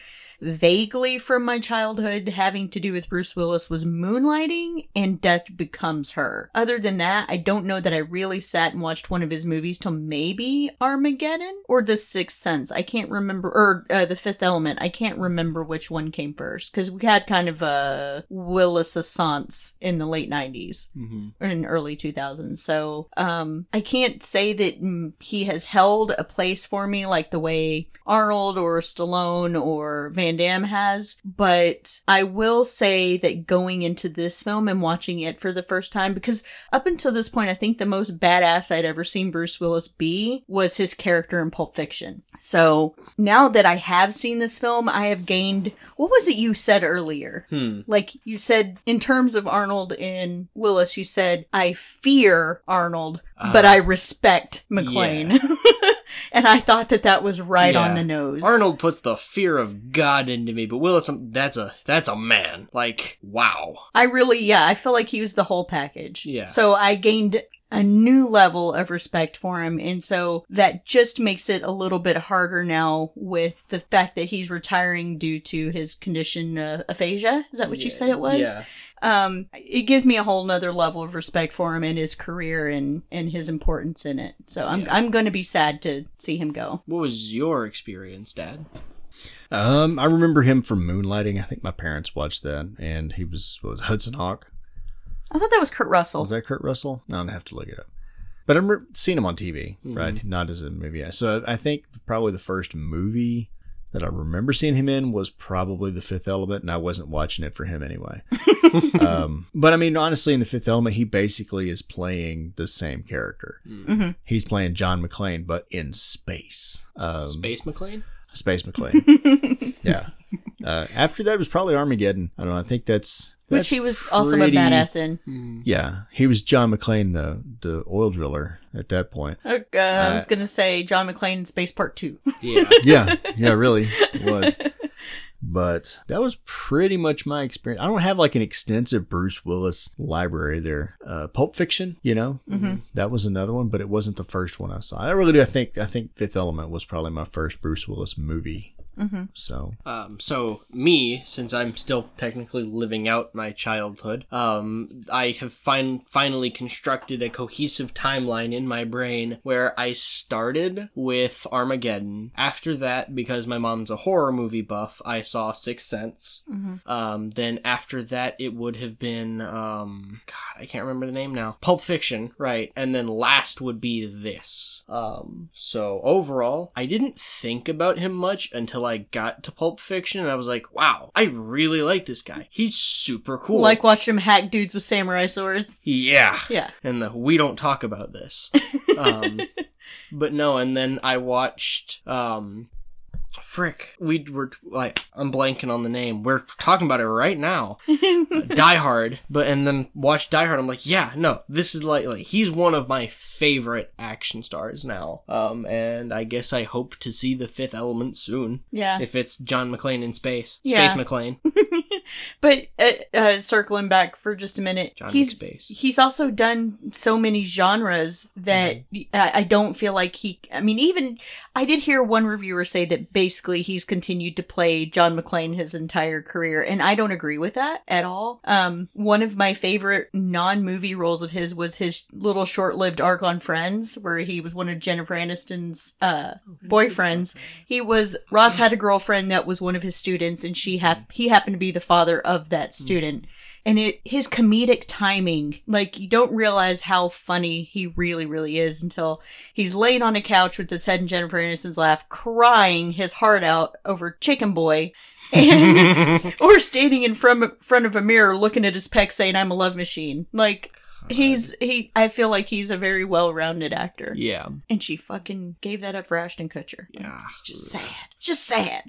S2: vaguely from my childhood having to do with Bruce Willis was Moonlighting and Death Becomes Her. Other than that, I don't know that I really sat and watched one of his movies till maybe Armageddon or The Sixth Sense. I can't remember, or uh, The Fifth Element. I can't remember which one came first because we had kind of a Willis assance in the late 90s
S3: hmm
S2: or in early 2000s. So, um, I can't say that mm, he has held a place for me like the way Arnold or Stallone or Van Damme has, but I will say that going into this film and watching it for the first time, because up until this point, I think the most badass I'd ever seen Bruce Willis be was his character in Pulp Fiction. So now that I have seen this film, I have gained, what was it you said earlier?
S3: Hmm.
S2: Like you said, in terms of Arnold and Willis, you said, I fear Arnold, but
S3: Uh,
S2: I respect McLean. and I thought that that was right on
S3: Yeah.
S2: the nose.
S3: Arnold puts the fear of God into me, but Willis, um, that's a that's a man. Like wow.
S2: I really, yeah, I feel like he was the whole package.
S3: Yeah.
S2: So I gained a new level of respect for him. And so that just makes it a little bit harder now with the fact that he's retiring due to his condition, uh, aphasia. Is that what you said it was?
S3: Yeah.
S2: um it gives me a whole nother level of respect for him and his career and and his importance in it so i'm i'm gonna be sad to see him go
S3: What was your experience, Dad?
S4: Um, I remember him from Moonlighting. I think my parents watched that, and he was what was it, Hudson Hawk.
S2: i thought that was kurt russell
S4: Was that Kurt Russell? No, I'm gonna have to look it up. But I
S2: Mm-hmm.
S4: remember seeing him on TV, right? Not as a movie. So I think probably the first movie that I remember seeing him in was probably The Fifth Element, and I wasn't watching it for him anyway. um, but I mean, honestly, in The Fifth Element, he basically is playing the same character.
S2: Mhm.
S4: He's playing John McClane, but in space. Um,
S3: Space McLean?
S4: Space McClane. yeah. Uh, after that was probably Armageddon. I don't know. I think that's.
S2: Which
S4: that's
S2: he was also
S4: pretty-
S2: a badass in. Uh,
S4: Yeah, he was John McClane, the the oil driller at that point.
S2: Uh, I was gonna say John McClane in Space Part Two.
S3: Yeah.
S4: yeah, yeah, really it was. But that was pretty much my experience. I don't have like an extensive Bruce Willis library there. Uh, Pulp Fiction, you know, Mm-hmm. that was another one, but it wasn't the first one I saw. I really do. I think I think Fifth Element was probably my first Bruce Willis movie.
S2: Mhm.
S4: So
S3: Um, so me, since I'm still technically living out my childhood, um, I have fin- finally constructed a cohesive timeline in my brain where I started with Armageddon. After that, because my mom's a horror movie buff, I saw Sixth Sense. Um, then after that, it would have been um, God, I can't remember the name now. Pulp Fiction, right? And then last would be this. Um, so overall, I didn't think about him much until I got to Pulp Fiction, and I was like, wow, I really like this guy. He's super cool.
S2: Like watch him hack dudes with samurai swords.
S3: yeah
S2: Yeah.
S3: and the we don't talk about this. Um, but no, and then I watched. Um, frick, we were like, I'm blanking on the name. We're talking about it right now. Die Hard, but and then watched Die Hard. I'm like, yeah, no, this is like, like he's one of my favorite action stars now. Um, and I guess I hope to see The Fifth Element soon.
S2: Yeah.
S3: If it's John McClane in space,
S2: Uh. Yeah.
S3: Space McClane,
S2: But uh, uh, circling back for just a minute,
S3: John
S2: he's
S3: McSpace.
S2: he's also done so many genres that I, I don't feel like he. I mean, even I did hear one reviewer say that basically he's continued to play John McClane his entire career, and I don't agree with that at all. Um, one of my favorite non-movie roles of his was his little short-lived arc on Friends, where he was one of Jennifer Aniston's uh, boyfriends. He was Ross had a girlfriend that was one of his students, and she hap- he happened to be the father of that student and it his comedic timing like you don't realize how funny he really really is until he's laying on a couch with his head in jennifer aniston's lap crying his heart out over chicken boy and or standing in front, front of a mirror looking at his pecs saying i'm a love machine like he's he i feel like he's a very well-rounded actor
S3: Yeah,
S2: and she fucking gave that up for ashton kutcher
S3: yeah.
S2: it's just sad just sad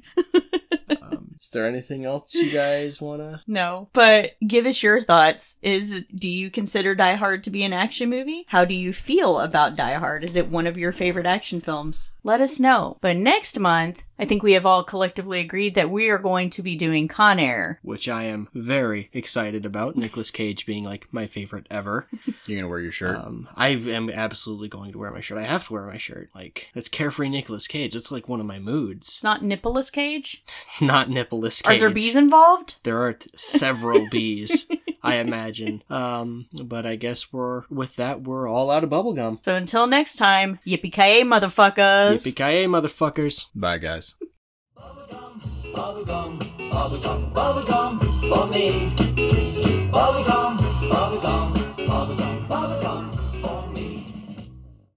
S3: Um, is there anything else you guys wanna?
S2: No, but give us your thoughts. Is do you consider Die Hard to be an action movie? How do you feel about Die Hard? Is it one of your favorite action films? Let us know. But next month, I think we have all collectively agreed that we are going to be doing Con Air.
S3: which I am very excited about. Nicolas Cage being like my favorite ever.
S4: you're gonna wear your shirt.
S3: Um, I am absolutely going to wear my shirt. I have to wear my shirt. Like that's carefree Nicolas Cage. That's like one of my
S2: It's
S3: moods.
S2: not Nicolas Cage.
S3: It's not Nicolas
S2: Are
S3: Cage.
S2: there bees involved?
S3: There are t- several bees. I imagine. Um, but I guess we're with that. We're all out of bubblegum.
S2: So until next time, yippee ki motherfuckers.
S3: Yippee ki yay, motherfuckers!
S4: Bye, guys.
S5: bubblegum, bubblegum, bubblegum for me. Bubblegum.